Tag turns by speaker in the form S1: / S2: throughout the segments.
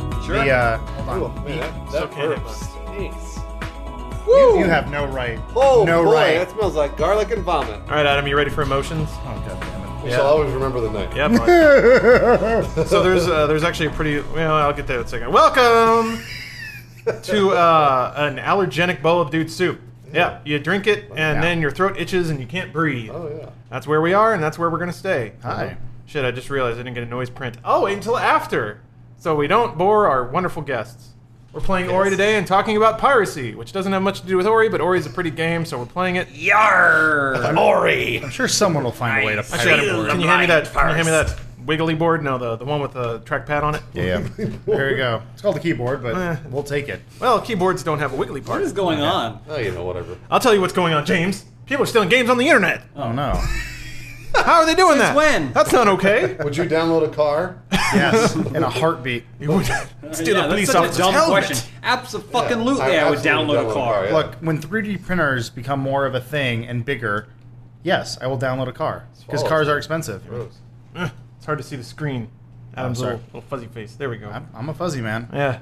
S1: uh,
S2: Hold on.
S3: Ooh, man, that,
S2: So
S3: that
S2: can it-
S3: burps. Jeez.
S1: you,
S3: Woo!
S1: you have no right.
S3: Oh
S1: no
S3: boy,
S1: right.
S3: that smells like garlic and vomit.
S2: All right, Adam, you ready for emotions?
S1: Oh god
S3: We shall always remember the night.
S2: Yeah. bud.
S1: damn it.
S2: so there's uh, there's actually a pretty. Well, I'll get there in a second. Welcome to uh, an allergenic bowl of dude soup. Yeah, you drink it, and then your throat itches and you can't breathe.
S3: Oh yeah.
S2: That's where we are, and that's where we're gonna stay. Uh-huh.
S1: Hi.
S2: Shit, I just realized I didn't get a noise print. Oh, until after, so we don't bore our wonderful guests. We're playing Ori today and talking about piracy, which doesn't have much to do with Ori, but Ori's a pretty game, so we're playing it.
S4: Yarr! Ori!
S1: I'm sure someone will find a way to
S4: Nice.
S1: find
S2: Actually,
S4: Feel
S2: Adam,
S4: the
S2: can you hand me that?
S4: light
S2: Can you hand me
S4: first.
S2: that wiggly board? No, the the one with the trackpad on it.
S1: Yeah, yeah. There you go. It's called a keyboard, but
S2: Eh.
S1: we'll take it.
S2: Well, keyboards don't have a wiggly part.
S4: What is going on?
S3: Oh, you know, whatever.
S2: I'll tell you what's going on, James. People are stealing games on the internet.
S1: Oh no.
S2: How are they doing that?
S4: when?
S2: That's not okay.
S3: Would you download a car?
S1: Yes, in a heartbeat.
S2: you would steal
S4: Yeah,
S2: a
S4: that's
S2: police
S4: such a
S2: officer's
S4: dumb
S2: helmet.
S4: question. Absolutely,
S3: Yeah,
S4: I would
S3: absolutely
S4: download a car.
S3: yeah.
S1: Look, when 3D printers become more of a thing and bigger, yes, I will download a car because
S3: Swallow.
S1: cars are expensive.
S3: Gross.
S2: Eh, It's hard to see the screen. Adam's
S1: sorry.
S2: little, little fuzzy face. There we go.
S1: I'm, I'm a fuzzy man.
S2: yeah.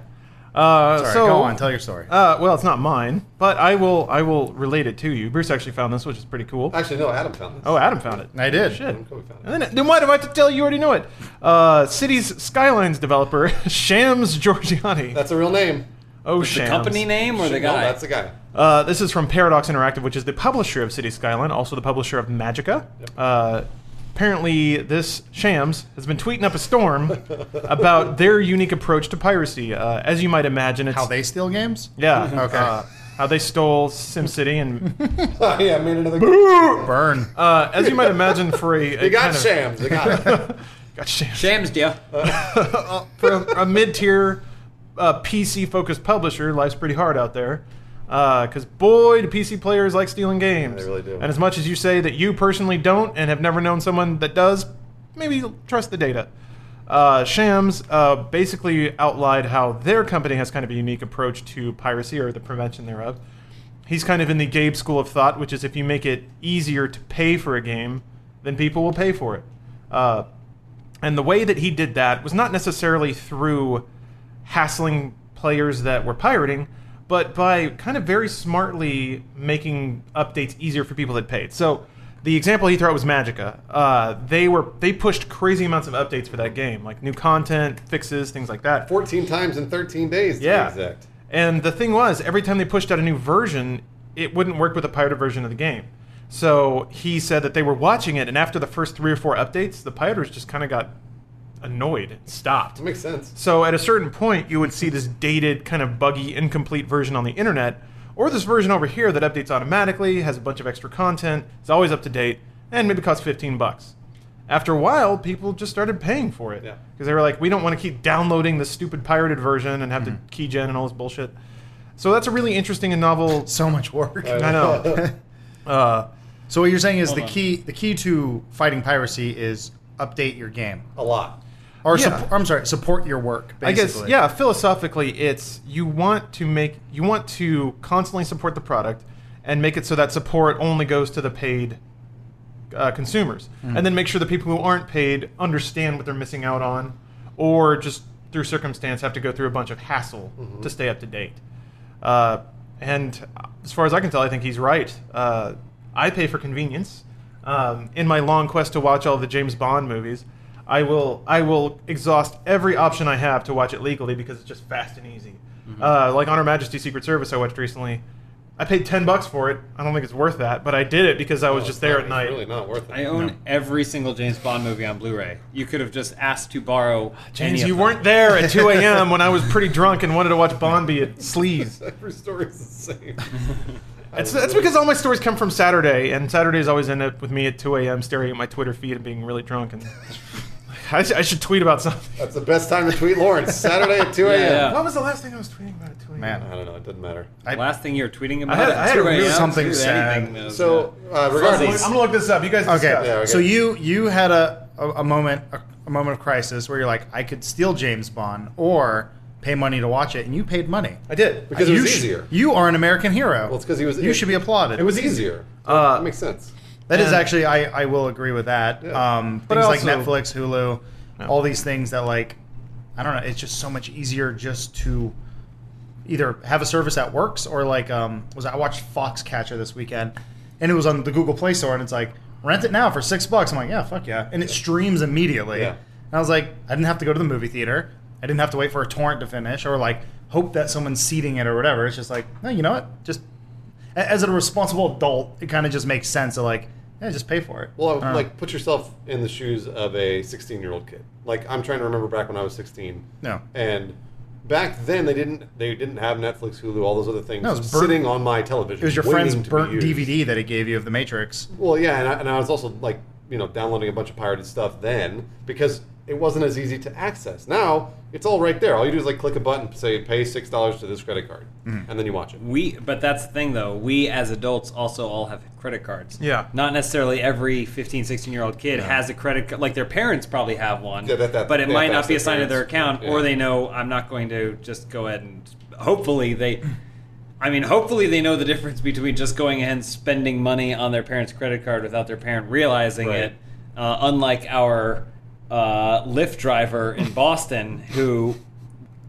S2: Uh,
S1: Sorry,
S2: Eh, so
S1: go on, tell your story.
S2: uh, well, it's not mine, but I will. I will relate it to you. Bruce actually found this, which is pretty cool.
S3: Actually, no. Adam found this.
S2: Oh, Adam found it.
S1: I did.
S2: Shit.
S3: Adam Cody found it.
S2: And then, then why do I have to tell you? You already know it. Uh, City's Skylines developer Shams Georgiani.
S3: That's a real name.
S2: oh,
S4: The
S2: Shams.
S4: company name or the
S3: No,
S4: guy?
S3: that's the guy.
S2: Uh, this is from Paradox Interactive, which is the publisher of City Skyline, also the publisher of Magica. Uh, apparently, this Shams has been tweeting up a storm about their unique approach to piracy. Uh, as you might imagine, it's
S1: How they steal games?
S2: yeah,
S1: Okay.
S2: uh, how they stole SimCity, and
S3: Oh, yeah, I made another.
S1: Burn.
S2: uh, as you might imagine, for a, a
S3: They got
S2: kind of-
S3: Shams. They got him.
S2: got Shams
S4: James, dear.
S3: Uh,
S2: for a, a mid-tier uh, PC-focused publisher, life's pretty hard out there. Because boy, do PC players like stealing games.
S3: They really do.
S2: And as much as you say that you personally don't and have never known someone that does, maybe trust the data. Uh, Shams uh, basically outlined how their company has kind of a unique approach to piracy or the prevention thereof. He's kind of in the Gabe school of thought, which is if you make it easier to pay for a game, then people will pay for it. Uh, and the way that he did that was not necessarily through hassling players that were pirating, but by kind of very smartly making updates easier for people that paid. So the example he threw out was Magica. Uh, they were they pushed crazy amounts of updates for that game, like new content, fixes, things like that.
S3: 14 times in 13 days, to
S2: Yeah.
S3: be exact.
S2: And the thing was, every time they pushed out a new version, it wouldn't work with a pirated version of the game. So he said that they were watching it, and after the first three or four updates, the pirators just kind of got annoyed and stopped.
S3: That makes sense.
S2: So at a certain point, you would see this dated, kind of buggy, incomplete version on the internet, or this version over here that updates automatically, has a bunch of extra content, is always up to date, and maybe costs 15 bucks. After a while, people just started paying for it.
S3: Yeah.
S2: Because they were like, we don't want to keep downloading this stupid pirated version and have to key gen and all this bullshit. So that's a really interesting and novel.
S1: so much work.
S2: I know. uh,
S1: So what you're saying is the
S4: on.
S1: key the key to fighting piracy is update your game.
S3: A lot.
S1: Or
S2: Yeah.
S1: suppo- I'm sorry, support your work basically.
S2: I guess yeah, philosophically it's you want to make you want to constantly support the product and make it so that support only goes to the paid uh, consumers and then make sure the people who aren't paid understand what they're missing out on or just through circumstance have to go through a bunch of hassle to stay up to date. Uh, and as far as I can tell, I think he's right. Uh, I pay for convenience. Um, in my long quest to watch all the James Bond movies, I will I will exhaust every option I have to watch it legally because it's just fast and easy. Uh, like on Her Majesty's Secret Service, I watched recently. I paid ten bucks for it. I don't think it's worth that, but I did it because I was just there at
S3: It's
S2: night.
S3: Oh, really not worth it.
S4: I own every single James Bond movie on Blu-ray. You could have just asked to borrow. any
S2: Ah, James,
S4: of
S2: you
S4: them.
S2: weren't there at 2 a.m. when I was pretty drunk and wanted to watch Bond be a sleaze.
S3: Every story is the same.
S2: It's, that's because all my stories come from Saturday, and Saturdays always end up with me at 2 a.m. staring at my Twitter feed and being really drunk. And I, sh- I should tweet about something.
S3: That's the best time to tweet Lawrence. Saturday at 2 a.m.
S4: Yeah.
S2: What was the last thing I was tweeting about at 2 a.m.?
S1: Man.
S3: I don't know. It doesn't matter.
S1: I-
S4: Last thing you're tweeting
S2: I
S4: about
S2: had- I
S4: at
S2: had
S4: 2 a.m.
S2: really
S1: something
S4: Dude,
S1: sad.
S4: anything knows,
S3: So, uh,
S2: I'm
S3: regardless,
S2: gonna look this up. You guys
S1: Okay.
S2: discuss.
S3: Yeah, okay.
S1: So you you had a, a, a moment a, a moment of crisis where you're like I could steal James Bond or pay money to watch it and you paid money.
S2: I did.
S3: because it
S1: you
S3: was
S1: sh-
S3: easier.
S1: You are an American hero.
S3: Well, it's because he was.
S1: you should be applauded.
S3: It was easier.
S2: Uh,
S3: that makes sense.
S1: That is
S2: And-
S1: actually, I, I will agree with that.
S3: Yeah.
S1: Um,
S2: But
S1: things like
S2: also-
S1: Netflix, Hulu,
S2: Yeah.
S1: all these things that like I don't know. It's just so much easier just to either have a service that works or like um was I watched Foxcatcher this weekend and it was on the Google Play Store and it's like rent it now for six bucks. I'm like yeah fuck yeah and it streams immediately.
S3: Yeah.
S1: And I was like I didn't have to go to the movie theater. I didn't have to wait for a torrent to finish or like hope that someone's seating it or whatever. It's just like no you know what just a- as a responsible adult it kind of just makes sense to like yeah just pay for it.
S3: Well,
S1: I don't know.
S3: like put yourself in the shoes of a 16 year old kid. Like I'm trying to remember back when I was 16.
S1: no.
S3: And back then they didn't they didn't have Netflix, Hulu, all those other things
S1: No, it was burnt-
S3: sitting on my television.
S1: It was your
S3: waiting
S1: friend's
S3: to be
S1: burnt
S3: used.
S1: DVD that he gave you of The Matrix.
S3: Well, yeah, and I, and I was also like, you know, downloading a bunch of pirated stuff then because it wasn't as easy to access. Now it's all right there. All you do is like click a button, say pay six dollars to this credit card,
S1: Mm-hmm.
S3: and then you watch it.
S4: We, but that's the thing though. We as adults also all have credit cards.
S2: Yeah.
S4: Not necessarily every 15, 16 year old kid has a credit card. Like their parents probably have one.
S3: Yeah, that- that-
S4: but it
S3: they have
S4: might
S3: to
S4: not be
S3: ask their
S4: assigned to their
S3: parents.
S4: account,
S3: Yeah.
S4: or they know I'm not going to just go ahead and. Hopefully they. I mean, hopefully they know the difference between just going ahead and spending money on their parents' credit card without their parent realizing
S3: Right.
S4: it. Uh, unlike our uh, Lyft driver in Boston, who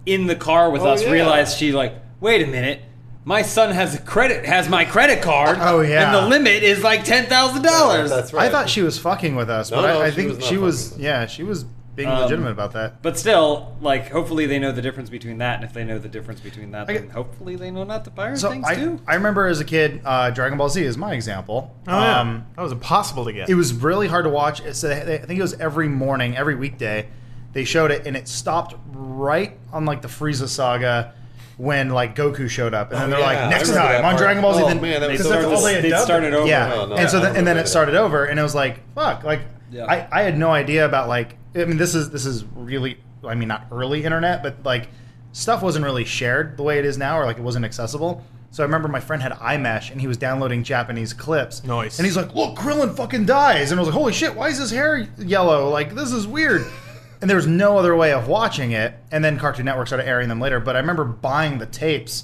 S4: in the car with
S3: Oh,
S4: us
S3: yeah.
S4: realized she like, wait a minute, my son has a credit has my credit card.
S1: Oh, yeah.
S4: and the limit is like ten thousand dollars.
S3: That's right.
S1: I thought she was fucking with us,
S3: No,
S1: but I-
S3: no,
S1: I,
S3: she
S1: think
S3: was not
S1: she was.
S3: fucking with us.
S1: Yeah, she was being
S4: Um,
S1: legitimate about that.
S4: But still, like, hopefully they know the difference between that, and if they know the difference between that,
S1: I get-
S4: then hopefully they know not to buy her
S1: So
S4: things
S1: I,
S4: too.
S1: I remember as a kid, uh, Dragon Ball Z is my example.
S2: Oh, yeah.
S1: um,
S2: that was impossible to get.
S1: It was really hard to watch. It's I think it was every morning, every weekday, they showed it, and it stopped right on like the Frieza saga when like Goku showed up, and then
S3: Oh,
S1: they're
S3: yeah,
S1: like,
S3: I
S1: next
S3: remember
S1: time
S3: that
S1: on
S3: part.
S1: Dragon Ball Z,
S3: Oh,
S1: then
S3: man, that was
S1: because
S3: so
S1: that's
S3: hard
S1: all
S3: to-
S1: they had
S4: they'd
S1: dubbed.
S4: start it over.
S1: Yeah,
S3: Oh, no,
S1: and so
S3: I
S1: then, and then
S3: remember
S1: it started over, and it was like fuck, like
S4: Yeah.
S1: I, I had no idea about like I mean this is this is really I mean not early internet, but like stuff wasn't really shared the way it is now, or like it wasn't accessible. So I remember my friend had iMesh and he was downloading Japanese clips.
S2: Nice.
S1: And he's like, "Look, Krillin fucking dies," and I was like, "Holy shit! Why is his hair yellow? Like this is weird." And there was no other way of watching it. And then Cartoon Network started airing them later. But I remember buying the tapes.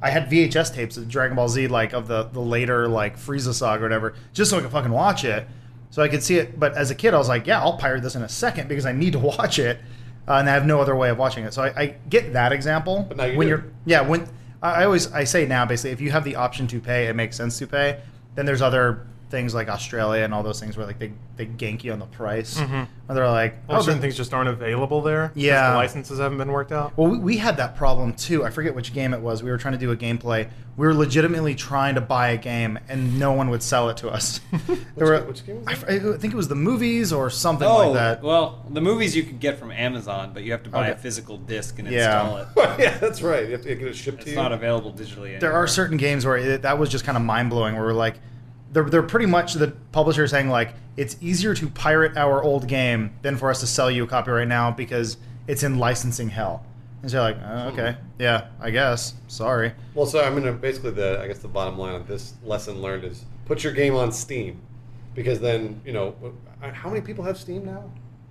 S1: I had VHS tapes of Dragon Ball Z, like of the the later like Frieza saga or whatever, just so I could fucking watch it, so I could see it. But as a kid, I was like, "Yeah, I'll pirate this in a second because I need to watch it." Uh, and I have no other way of watching it, so I, I get that example.
S3: But now you
S1: when
S3: do.
S1: you're yeah, when I I always I say now basically if you have the option to pay, it makes sense to pay. Then there's other things like Australia and all those things where like they they gank you on the price, or they're like,
S2: Mm-hmm. Well,
S1: oh,
S2: certain
S1: the-
S2: things just aren't available there. 'cause
S1: Yeah.
S2: the licenses haven't been worked out.
S1: Well, we, we had that problem too. I forget which game it was. We were trying to do a gameplay. We were legitimately trying to buy a game, and no one would sell it to us. there
S3: Which- which game was
S1: I
S3: that?
S1: f- I, think it was the movies or something
S4: Oh,
S1: like that.
S4: well, the movies you can get from Amazon, but you have to buy a
S1: Okay.
S4: physical disc and
S1: Yeah.
S4: install it.
S3: yeah, that's right. You have to get it shipped to
S4: It's
S3: you.
S4: not available digitally.
S1: there
S4: anymore.
S1: are certain games where it, that was just kind of mind blowing. Where we're like, they're they're pretty much the publisher saying like, it's easier to pirate our old game than for us to sell you a copy right now because it's in licensing hell. And so you're like, oh, okay,
S2: Hmm.
S1: yeah, I guess. Sorry.
S3: Well, so I mean, basically, the I guess the bottom line of this lesson learned is put your game on Steam, because then you know wh- how many people have Steam now?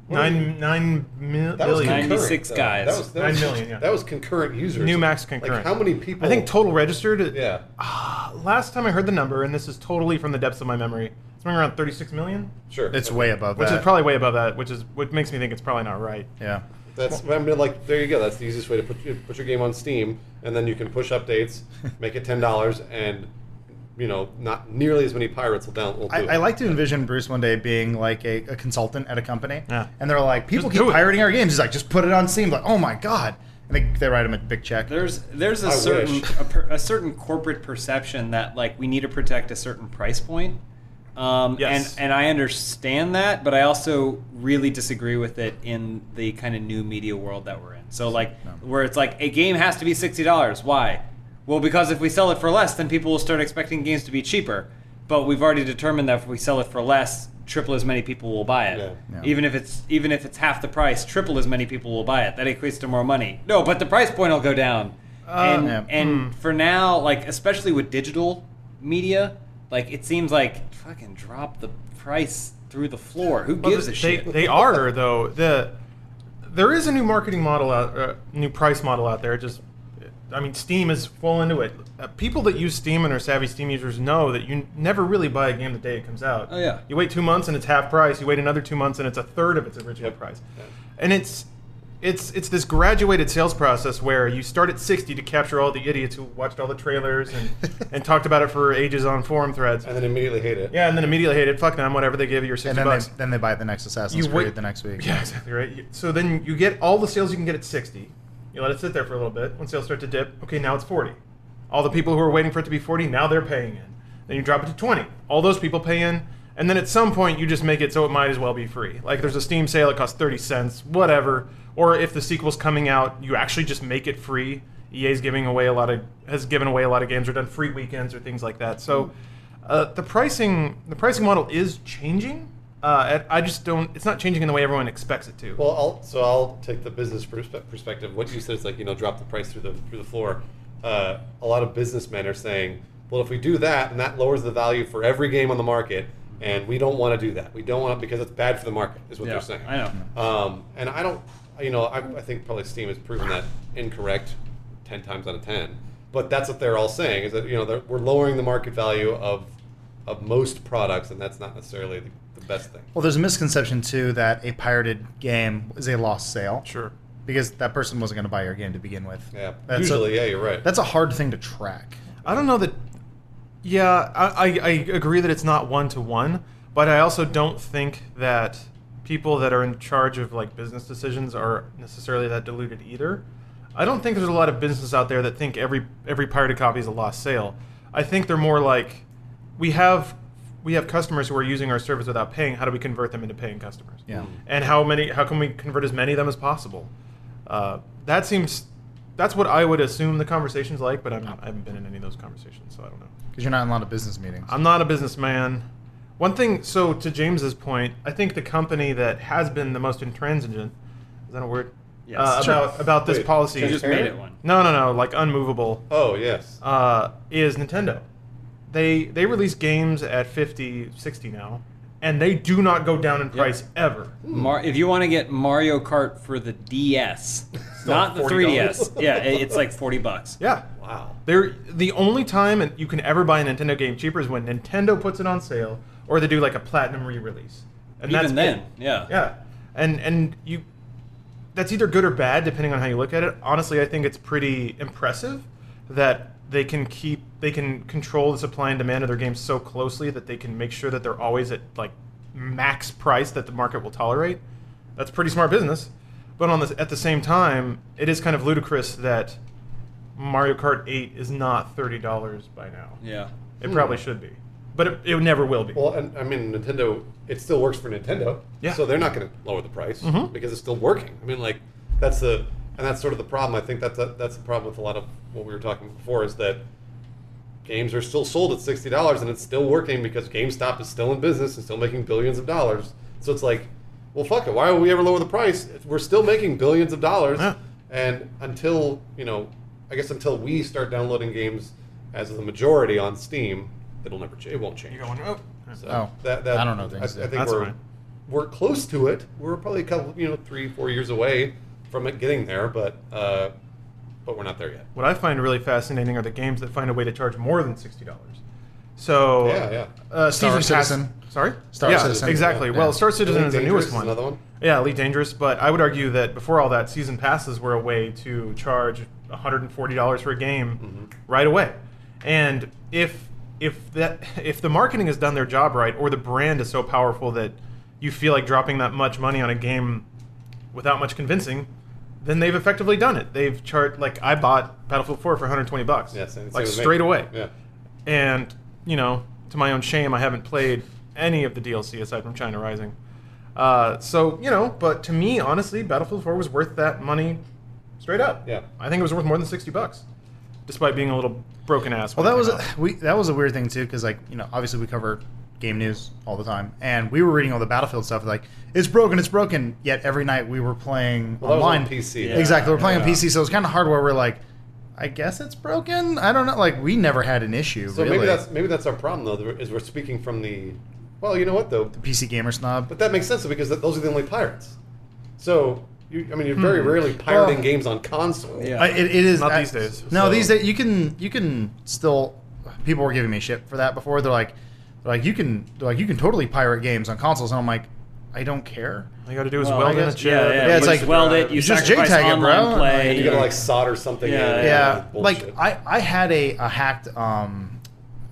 S3: What are you-
S2: Nine nine mil-
S3: That was
S2: million.
S4: nine-
S3: concurrent,
S4: 96
S3: though.
S4: guys.
S3: That was, that
S2: Nine
S3: was-
S2: million, yeah.
S3: That was concurrent users.
S2: New max concurrent.
S3: Like how many people?
S2: I think total registered.
S3: Yeah.
S2: Ah, last time I heard the number, and this is totally from the depths of my memory. It's something around 36 million,
S3: Sure.
S1: It's way above
S2: which
S1: that.
S2: is probably way above that, which is what makes me think it's probably not right.
S1: yeah.
S3: That's I mean, like there you go. That's the easiest way to put your, put your game on Steam, and then you can push updates, make it ten dollars, and you know not nearly as many pirates will down. Will do it.
S1: I, I like to envision Bruce one day being like a, a consultant at a company,
S2: Yeah.
S1: and they're like, people
S2: Just
S1: keep
S2: do it.
S1: pirating our games. He's like, just put it on Steam. Like, oh my god, and they, they write him a big check.
S4: There's there's a
S3: I
S4: certain
S3: wish.
S4: a, per, a certain corporate perception that like we need to protect a certain price point. Um,
S2: Yes.
S4: and and I understand that, but I also really disagree with it in the kind of new media world that we're in. So like where it's like a game has to be sixty dollars. Why? Well, because if we sell it for less, then people will start expecting games to be cheaper. But we've already determined that if we sell it for less, triple as many people will buy it.
S3: Yeah.
S1: Yeah.
S4: Even if it's even if it's half the price, triple as many people will buy it. That equates to more money. No, but the price point will go down.
S2: Uh,
S4: and
S1: yeah.
S2: Hmm.
S4: and for now, like especially with digital media, like it seems like fucking drop the price through the floor. Who
S2: Well,
S4: gives a
S2: they,
S4: shit?
S2: They are though. The there is a new marketing model out, uh, new price model out there. It Just, I mean, Steam is full into it. Uh, people that use Steam and are savvy Steam users know that you n- never really buy a game the day it comes out.
S4: Oh, yeah.
S2: You wait two months and it's half price. You wait another two months and it's a third of its original
S3: Yep.
S2: price.
S3: Yeah.
S2: And it's it's it's this graduated sales process where you start at 60 to capture all the idiots who watched all the trailers and, and talked about it for ages on forum threads.
S3: and then immediately hate it.
S2: Yeah, and then immediately hate it. Fuck them, whatever they give you your 60
S1: and then
S2: bucks.
S1: they, then they buy the next Assassin's
S2: You
S1: Creed
S2: wait-
S1: the next week.
S2: Yeah, exactly right. You- So then you get all the sales you can get at 60. You let it sit there for a little bit. When sales start to dip, okay, now it's 40. All the people who are waiting for it to be 40, now they're paying in. Then you drop it to 20. All those people pay in. And then at some point, you just make it so it might as well be free. Like there's a Steam sale, it costs 30 cents, whatever. Or if the sequel's coming out, you actually just make it free. EA's giving away a lot of has given away a lot of games or done free weekends or things like that. So uh, the pricing the pricing model is changing. Uh, and I just don't. It's not changing in the way everyone expects it to.
S3: Well, I'll, so I'll take the business perspe- perspective. What you said is like you know drop the price through the through the floor. Uh, a lot of businessmen are saying, well, if we do that, and that lowers the value for every game on the market, and we don't want to do that. We don't want because it's bad for the market, is what
S4: Yeah,
S3: they're saying.
S4: I know.
S3: Um, and I don't, you know, I, I think probably Steam has proven that incorrect 10 times out of 10. But that's what they're all saying is that, you know, they're- we're lowering the market value of, of most products, and that's not necessarily the, the best thing.
S1: Well, there's a misconception too that a pirated game is a lost sale
S2: sure.
S1: because that person wasn't going to buy your game to begin with.
S3: Yeah.
S1: That's a-
S3: Usually, yeah, you're right.
S1: That's a hard thing to track.
S2: I don't know that. Yeah, I, I, I agree that it's not one to one, but I also don't think that people that are in charge of like business decisions are necessarily that diluted either. I don't think there's a lot of businesses out there that think every every pirated copy is a lost sale. I think they're more like we have we have customers who are using our service without paying. How do we convert them into paying customers?
S1: Yeah.
S3: Hmm.
S2: and how many how can we convert as many of them as possible uh, that seems that's what i would assume the conversation's like but I'm, i haven't been in any of those conversations so i don't know
S1: Because you're not in a lot of business meetings.
S2: i'm not a businessman one thing so to james's point i think the company that has been the most intransigent is that a word
S4: Yes.
S2: Uh,
S4: Sure.
S2: about about this
S3: Wait,
S2: policy
S4: You just made it one.
S2: no no no like unmovable
S3: Oh, yes.
S2: uh, is Nintendo. They they release games at 50, 60 now, and they do not go down in price ever.
S4: Mar- if you want to get Mario Kart for the DS, not the
S2: $40.
S4: 3DS, yeah, it- it's like forty bucks.
S2: Yeah.
S3: Wow.
S2: They're the only time that you can ever buy a Nintendo game cheaper is when Nintendo puts it on sale, or they do like a platinum re-release. And
S4: Even
S2: that's
S4: then,
S2: it.
S4: yeah.
S2: yeah, and and you, that's either good or bad depending on how you look at it. Honestly, I think it's pretty impressive that they can keep they can control the supply and demand of their games so closely that they can make sure that they're always at like max price that the market will tolerate. That's pretty smart business. But on the, at the same time, it is kind of ludicrous that Mario Kart 8 is not $30 by now.
S4: yeah.
S2: It probably should be. But it, it never will be.
S3: Well, and I mean, Nintendo, it still works for Nintendo.
S2: Yeah. Mm-hmm.
S3: So they're not going to lower the price because it's still working. I mean, like, that's the, and that's sort of the problem. I think that's a, that's the problem with a lot of what we were talking before is that games are still sold at $60 and it's still working because GameStop is still in business and still making billions of dollars. So it's like, well, fuck it. Why would we ever lower the price? We're still making billions of dollars.
S2: Yeah.
S3: And until, you know, I guess until we start downloading games as the majority on Steam, it'll never, ch- it won't change.
S2: You're going, oh.
S3: So
S1: Oh,
S3: that, that,
S1: I don't know
S3: I, I
S1: things
S3: think
S1: yet.
S2: That's
S3: we're
S2: fine.
S3: we're close to it. We're probably a couple, you know, three four years away from it getting there, but uh, but we're not there yet.
S2: What I find really fascinating are the games that find a way to charge more than sixty dollars. So
S3: Yeah, yeah.
S2: Uh,
S1: Star
S2: season pass-
S1: Citizen.
S2: Sorry,
S1: Star
S2: yeah,
S1: Citizen.
S2: Exactly.
S1: Yeah.
S2: Well, Star Citizen
S3: Elite
S2: is the
S3: Dangerous
S2: newest
S3: is
S2: one.
S3: another one?
S2: Yeah, Elite Dangerous. But I would argue that before all that, season passes were a way to charge one hundred and forty dollars for a game
S3: Mm-hmm.
S2: right away. And if if that if the marketing has done their job right, or the brand is so powerful that you feel like dropping that much money on a game without much convincing, then they've effectively done it. They've chart like I bought Battlefield 4 for 120 bucks,
S3: Yeah, same, same
S2: like
S3: with me.
S2: straight away.
S3: Yeah.
S2: And you know, to my own shame, I haven't played any of the DLC aside from China Rising. Uh, so you know, but to me, honestly, Battlefield 4 was worth that money, straight up.
S3: Yeah.
S2: I think it was worth more than 60 bucks, despite being a little broken ass.
S1: Well,
S2: when
S1: that
S2: it
S1: was
S2: came
S1: a,
S2: out.
S1: we. That was a weird thing too, because like you know, obviously we cover game news all the time, and we were reading all the Battlefield stuff. Like it's broken, it's broken. Yet every night we were playing
S3: Well, that was on
S1: online
S3: PC.
S4: Yeah.
S1: Exactly, we're playing
S3: Yeah.
S1: on PC, so it's kind of hard where we're like, I guess it's broken. I don't know. Like we never had an issue.
S3: So
S1: really.
S3: maybe that's maybe that's our problem though, is we're speaking from the well, you know what though,
S1: PC gamer snob.
S3: but that makes sense because that, those are the only pirates. So you, I mean, you're very rarely pirating
S1: Well-
S3: games on console.
S4: Hmm. Yeah.
S1: I, it, it is
S2: Not
S1: I-
S2: these days.
S1: No,
S3: So-
S1: these days you can you can still. People were giving me shit for that before. They're like, they're like you can they're like you can totally pirate games on consoles, and I'm like, I don't care.
S2: All you got to do is
S4: Well, I
S2: weld in a
S1: guess-
S2: chip.
S4: Yeah, yeah,
S1: Yeah,
S4: you
S1: it's
S4: just
S1: like-
S4: weld it. You
S1: You just
S4: sacrifice
S1: JTAG it,
S4: online
S1: bro.
S4: play.
S1: You
S3: You gotta like solder something
S4: Yeah,
S3: in.
S1: yeah
S3: Bullshit.
S1: like I, I had a, a hacked um,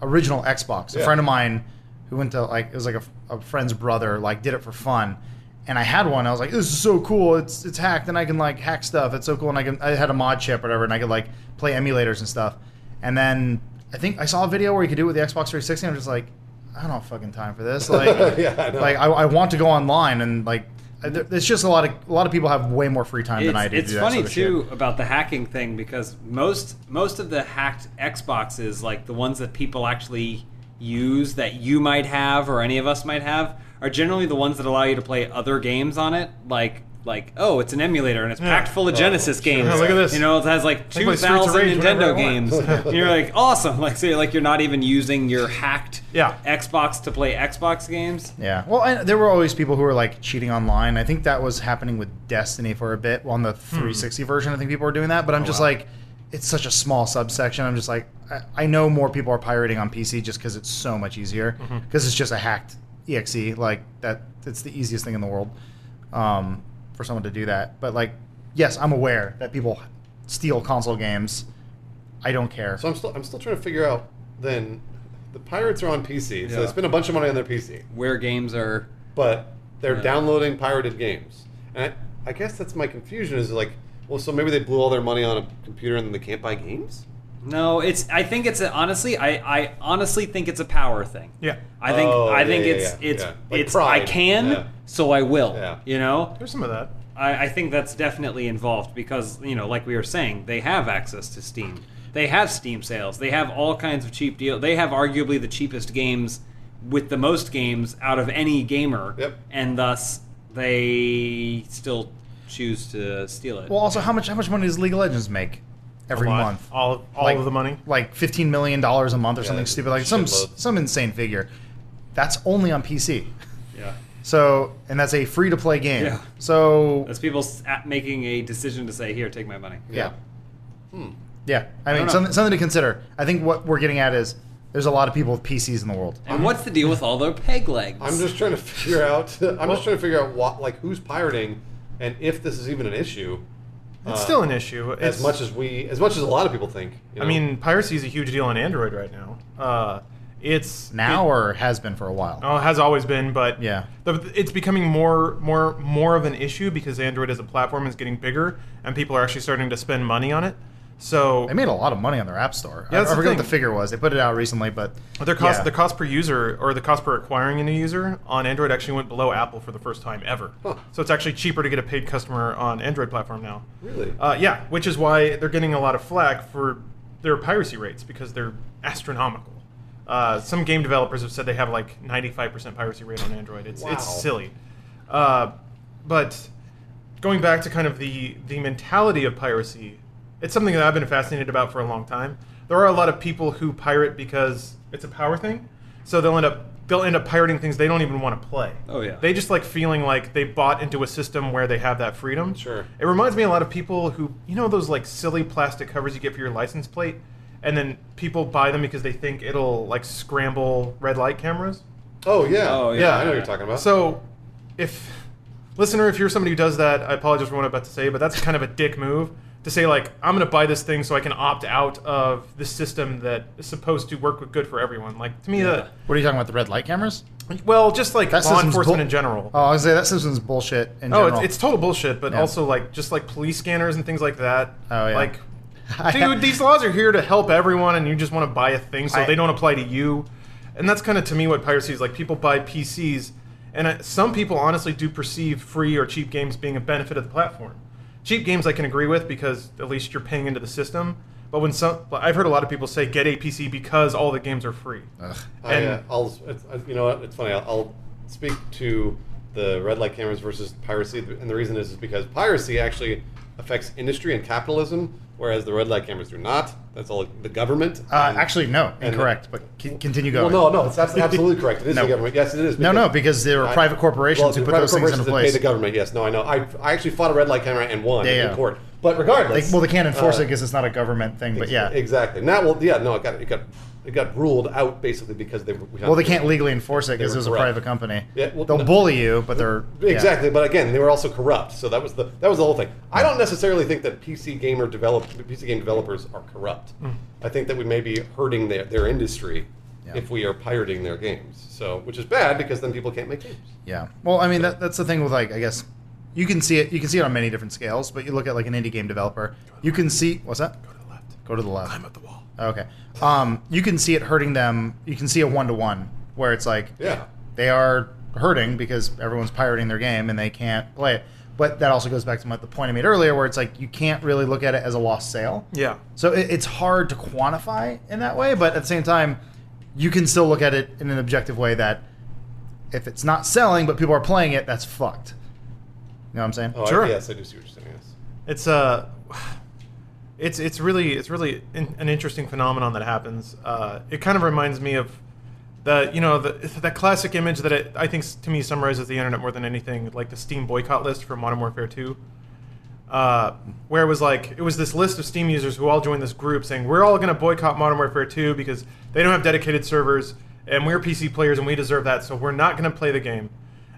S1: original xbox a
S3: Yeah.
S1: friend of mine who went to like it was like a, a friend's brother like did it for fun and i had one i was like this is so cool it's it's hacked and i can like hack stuff it's so cool and i can i had a mod chip or whatever and i could like play emulators and stuff and then i think i saw a video where you could do it with the xbox 360 and i'm just like i don't have fucking time for this like
S3: Yeah, I know.
S1: like I, I want to go online and like I- there- it's just a lot of a lot of people have way more free time than
S4: It's,
S1: i do to
S4: it's
S1: do that
S4: funny
S1: sort of shit.
S4: too about the hacking thing because most most of the hacked Xboxes, like the ones that people actually use that you might have or any of us might have, are generally the ones that allow you to play other games on it, like. Like oh, it's an emulator and it's
S2: Yeah.
S4: packed full of
S3: Oh,
S4: Genesis
S3: sure.
S4: games.
S2: Yeah, look at this.
S4: You know it has like
S2: can
S4: two
S2: play Streets of
S4: thousand
S2: Rage whenever I
S4: Nintendo
S2: want.
S4: games. and you're like awesome. Like so, you're like you're not even using your hacked
S2: Yeah.
S4: Xbox to play Xbox games.
S1: Yeah. Well, and there were always people who were like cheating online. I think that was happening with Destiny for a bit on the 360 version. I think people were doing that, but I'm just
S2: Hmm. Oh, wow.
S1: like, it's such a small subsection. I'm just like, I, I know more people are pirating on PC just because it's so much easier because
S2: Mm-hmm.
S1: it's just a hacked exe. Like that, it's the easiest thing in the world um, for someone to do that. But like, yes, I'm aware that people steal console games. I don't care.
S3: So I'm still I'm still trying to figure out then the pirates are on PC, so
S4: Yeah.
S3: they spend a bunch of money on their PC.
S4: Where games are
S3: But they're
S4: Yeah.
S3: downloading pirated games. And I, I guess that's my confusion is like, well, so maybe they blew all their money on a computer and then they can't buy games?
S4: No, it's. I think it's a, honestly. I, I honestly think it's a power thing.
S2: Yeah.
S4: I think.
S3: Oh,
S4: I
S3: yeah,
S4: think
S3: yeah,
S4: it's.
S3: yeah,
S4: It's.
S3: yeah. Like
S4: it's.
S3: pride.
S4: I can,
S3: Yeah.
S4: so I will.
S3: Yeah.
S4: You know.
S2: There's some of that.
S4: I, I think that's definitely involved because you know, like we were saying, they have access to Steam. They have Steam sales. They have all kinds of cheap deals. They have arguably the cheapest games with the most games out of any gamer.
S3: Yep.
S4: And thus, they still choose to steal it.
S1: Well, also, how much how much money does League of Legends make every
S2: A lot.
S1: month?
S2: All of, all
S1: like-
S2: of the money.
S1: like fifteen million dollars a month or
S3: Yeah,
S1: something
S3: that's a
S1: stupid, like some
S3: shitload.
S1: some insane figure. That's only on PC.
S4: yeah.
S1: So, and that's a free to play game.
S4: Yeah.
S1: So,
S4: That's people s- at- making a decision to say, "Here, take my money."
S1: yeah,
S3: Hmm.
S1: yeah. I
S4: don't
S1: mean,
S4: know.
S1: something something to consider. I think what we're getting at is there's a lot of people with PCs in the world.
S4: And what's the deal with all their peg legs?
S3: I'm just trying to figure out I'm just trying to figure out what like who's pirating and if this is even an issue.
S2: It's
S3: uh,
S2: still an issue.
S3: as
S2: It's-
S3: much as we as much as a lot of people think. you
S2: I
S3: know?
S2: mean, piracy is a huge deal on Android right now. Uh, it's
S1: Now
S2: it-
S1: or has been for a while.
S2: Oh, it has always been, but
S1: Yeah.
S2: the, it's becoming more, more, more of an issue because Android as a platform is getting bigger, and people are actually starting to spend money on it. So
S1: They made a lot of money on their app store.
S2: Yeah,
S1: I, I
S2: that's the
S1: forget what
S2: thing.
S1: the figure was. They put it out recently, but
S2: their cost,
S1: yeah.
S2: the cost per user or the cost per acquiring a new user on Android actually went below Apple for the first time ever.
S3: Huh.
S2: So it's actually cheaper to get a paid customer on Android platform now.
S3: really?
S2: Uh, yeah, which is why they're getting a lot of flack for their piracy rates because they're astronomical. Uh, some game developers have said they have like 95% piracy rate on Android. It's,
S3: Wow.
S2: it's silly. Uh, but going back to kind of the, the mentality of piracy, it's something that I've been fascinated about for a long time. There are a lot of people who pirate because it's a power thing, so they'll end up they'll end up pirating things they don't even want to play.
S4: Oh, yeah.
S2: They just like feeling like they bought into a system where they have that freedom.
S3: Sure.
S2: It reminds me a lot of people who, you know, those like silly plastic covers you get for your license plate, and then people buy them because they think it'll like scramble red light cameras.
S3: oh yeah.
S4: Oh, yeah.
S3: I know what you're talking about.
S2: So, if listener, if you're somebody who does that, I apologize for what I'm about to say, but that's kind of a dick move to say like I'm going to buy this thing so I can opt out of the system that is supposed to work with good for everyone. Like to me,
S4: Yeah.
S1: what are you talking about? The red light cameras?
S2: that well, just like
S1: That
S2: law
S1: system's
S2: enforcement
S1: bull-
S2: in general.
S1: Oh, I was gonna say that system's bullshit. In
S2: Oh,
S1: general.
S2: it's, it's total bullshit. But
S1: Yeah.
S2: also like just like police scanners and things like that.
S1: Oh, yeah.
S2: Like, dude, these laws are here to help everyone, and you just want to buy a thing so
S1: I-
S2: they don't apply to you. And that's kind of to me what piracy is like. People buy PCs, and I, some people honestly do perceive free or cheap games being a benefit of the platform. Cheap games I can agree with because at least you're paying into the system. But when some, but I've heard a lot of people say get a PC because all the games are free.
S1: Ugh.
S3: I,
S2: and-
S3: uh, I'll, it's- I- you know what? It's funny. I'll, I'll speak to the red light cameras versus piracy, and the reason is, is because piracy actually affects industry and capitalism, whereas the red light cameras do not. That's all the government.
S1: Uh,
S3: and-
S1: actually, no,
S3: and-
S1: incorrect. But c- continue
S3: Well,
S1: going.
S3: no, no, it's abs- absolutely correct. It is
S1: No.
S3: the government. Yes, it is.
S1: No, no, because there were
S3: I-
S1: private corporations
S3: well,
S1: who
S3: the
S1: put
S3: private
S1: those things into
S3: corporations that pay
S1: place.
S3: the government. Yes, no, I know. I, I actually fought a red light camera and won
S1: Yeah, yeah.
S3: in court. But regardless,
S1: They, well, they can't enforce
S3: uh,
S1: it because it's not a government thing. But yeah,
S3: Exactly. Now, well, yeah, no, it got it got it got ruled out basically because they were.
S1: Well, they can't legally enforce it because it was a
S3: corrupt.
S1: private company.
S3: Yeah, well,
S1: They'll
S3: no-
S1: bully you, but they're yeah.
S3: Exactly, but again, they were also corrupt. So that was the that was the whole thing. I don't necessarily think that PC gamer develop PC game developers are corrupt. I think that we may be hurting their, their industry
S1: Yeah.
S3: if we are pirating their games. So which is bad because then people can't make games.
S1: Yeah. Well, I mean, that, that's the thing with like, I guess you can see it. You can see it on many different scales, but you look at like an indie game developer, you can see what's that?
S2: Go to the left.
S1: Go to the left.
S2: Climb up the wall.
S1: Okay. Um, you can see it hurting them. You can see a one to one where it's like
S3: Yeah.
S1: they are hurting because everyone's pirating their game and they can't play it. But that also goes back to what the point I made earlier, where it's like you can't really look at it as a lost sale.
S2: Yeah.
S1: So it, it's hard to quantify in that way, but at the same time, you can still look at it in an objective way that if it's not selling but people are playing it, that's fucked. You know what I'm saying?
S3: Oh,
S2: Sure.
S3: I, yes, I do see what you're saying. Yes.
S2: It's uh, it's it's really it's really in, an interesting phenomenon that happens. Uh, it kind of reminds me of the you know the, that classic image that it, I think s- to me summarizes the internet more than anything, like the Steam boycott list from Modern Warfare Two. Uh, where it was like it was this list of Steam users who all joined this group saying we're all going to boycott Modern Warfare 2 because they don't have dedicated servers and we're PC players and we deserve that, so we're not going to play the game.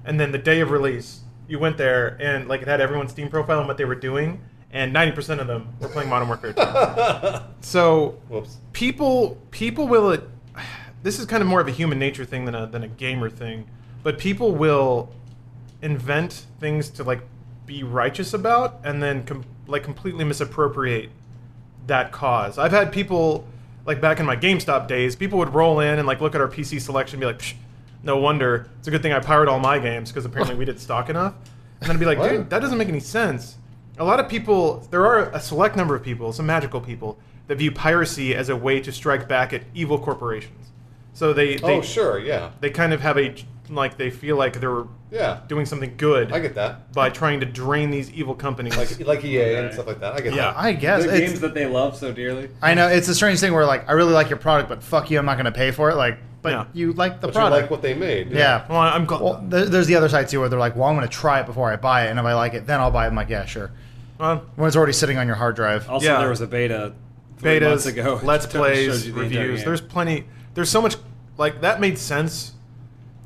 S2: And then the day of release, you went there and like it had everyone's Steam profile and what they were doing, and 90% of them were playing Modern Warfare 2. so
S3: Whoops.
S2: people people will it this is kind of more of a human nature thing than a than a gamer thing but people will invent things to like be righteous about and then com- like completely misappropriate that cause i've had people like back in my gamestop days people would roll in and like look at our pc selection and be like Psh, no wonder it's a good thing i pirated all my games because apparently we didn't stock enough and then i'd be like
S3: What?
S2: dude that doesn't make any sense a lot of people, there are a select number of people, some magical people, that view piracy as a way to strike back at evil corporations. So they, they,
S3: oh, sure. Yeah.
S2: they kind of have a, like, they feel like they're
S3: Yeah.
S2: doing something good
S3: I get that.
S2: by trying to drain these evil companies.
S3: Like like EA and stuff like that. I get
S2: Yeah.
S3: that.
S1: I guess
S4: the
S1: it's,
S4: games that they love so dearly.
S1: I know it's a strange thing where like I really like your product, but fuck you, I'm not going to pay for it. Like, but
S2: Yeah.
S1: you like the
S3: but you
S1: product.
S3: like what they made.
S1: yeah.
S2: well, I'm glad.
S1: Well, there- there's the other side too, where they're like, "Well, I'm going to try it before I buy it, and if I like it, then I'll buy it." I'm like, "Yeah, sure."
S2: uh,
S1: When it's already sitting on your hard drive.
S4: Also,
S2: Yeah.
S4: there was a beta three months
S2: betas,
S4: ago.
S2: let's
S4: It shows you
S2: plays,
S4: the entire
S2: reviews.
S4: game.
S2: There's plenty. There's so much. Like that made sense.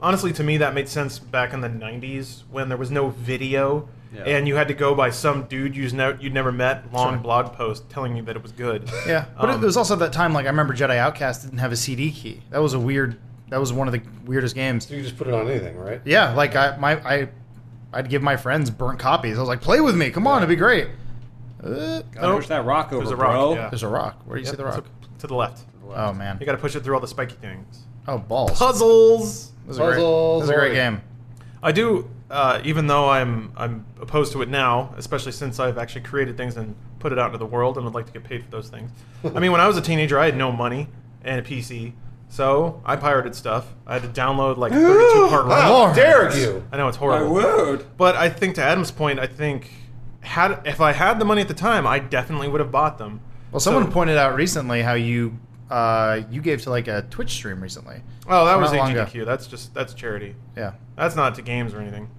S2: Honestly, to me, that made sense back in the '90s when there was no video,
S4: Yeah.
S2: and you had to go by some dude you'd, ne- you'd never met, long
S1: Sure.
S2: blog post telling you that it was good.
S1: Yeah, but it
S2: Um,
S1: there was also that time like I remember Jedi Outcast didn't have a CD key. That was a weird. That was one of the weirdest games.
S3: So you just put it on anything, right?
S1: Yeah, like I my I, I'd give my friends burnt copies. I was like, "Play with me, come on, it'd be great." Uh,
S4: Gotta push that rock over,
S2: There's a rock,
S4: bro.
S2: yeah.
S1: there's a rock. Where do you
S2: Yep,
S1: see the
S2: it's
S1: rock?
S2: up to the left.
S1: Oh man.
S2: You got to push it through all the spiky things.
S1: Oh balls. That
S2: Puzzles.
S1: was a great, that was a great
S3: Puzzles.
S1: game.
S2: I do, uh, even though I'm I'm opposed to it now, especially since I've actually created things and put it out into the world, and would like to get paid for those things. I mean, when I was a teenager, I had no money and a PC, so I pirated stuff. I had to download like 32 part
S3: How
S1: Lord.
S3: dare you?
S2: I know it's
S4: My
S2: horrible.
S4: word.
S2: But I think to Adam's point, I think had if I had the money at the time, I definitely would have bought them.
S1: Well, someone
S2: So-
S1: pointed out recently how you uh, you gave to like a Twitch stream recently.
S2: Oh, that
S1: Not
S2: was
S1: long ago.
S2: AGDQ. That's just that's charity.
S1: Yeah,
S2: That's not to games or anything.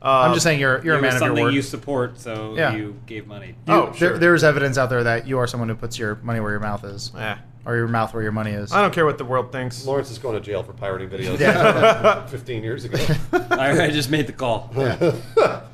S2: Uh,
S1: I'm just saying you're you're
S4: It
S1: a
S4: was
S1: man of your
S4: something
S1: word.
S4: you support, so
S1: Yeah.
S4: you gave money.
S1: You-
S2: Oh, sure.
S1: there, there is evidence out there that you are someone who puts your money where your mouth is,
S2: Eh,
S1: or your mouth where your money is.
S2: I don't care what the world thinks.
S3: Lawrence is going to jail for pirating videos.
S1: Yeah.
S3: 15 years ago.
S4: I, I just made the call.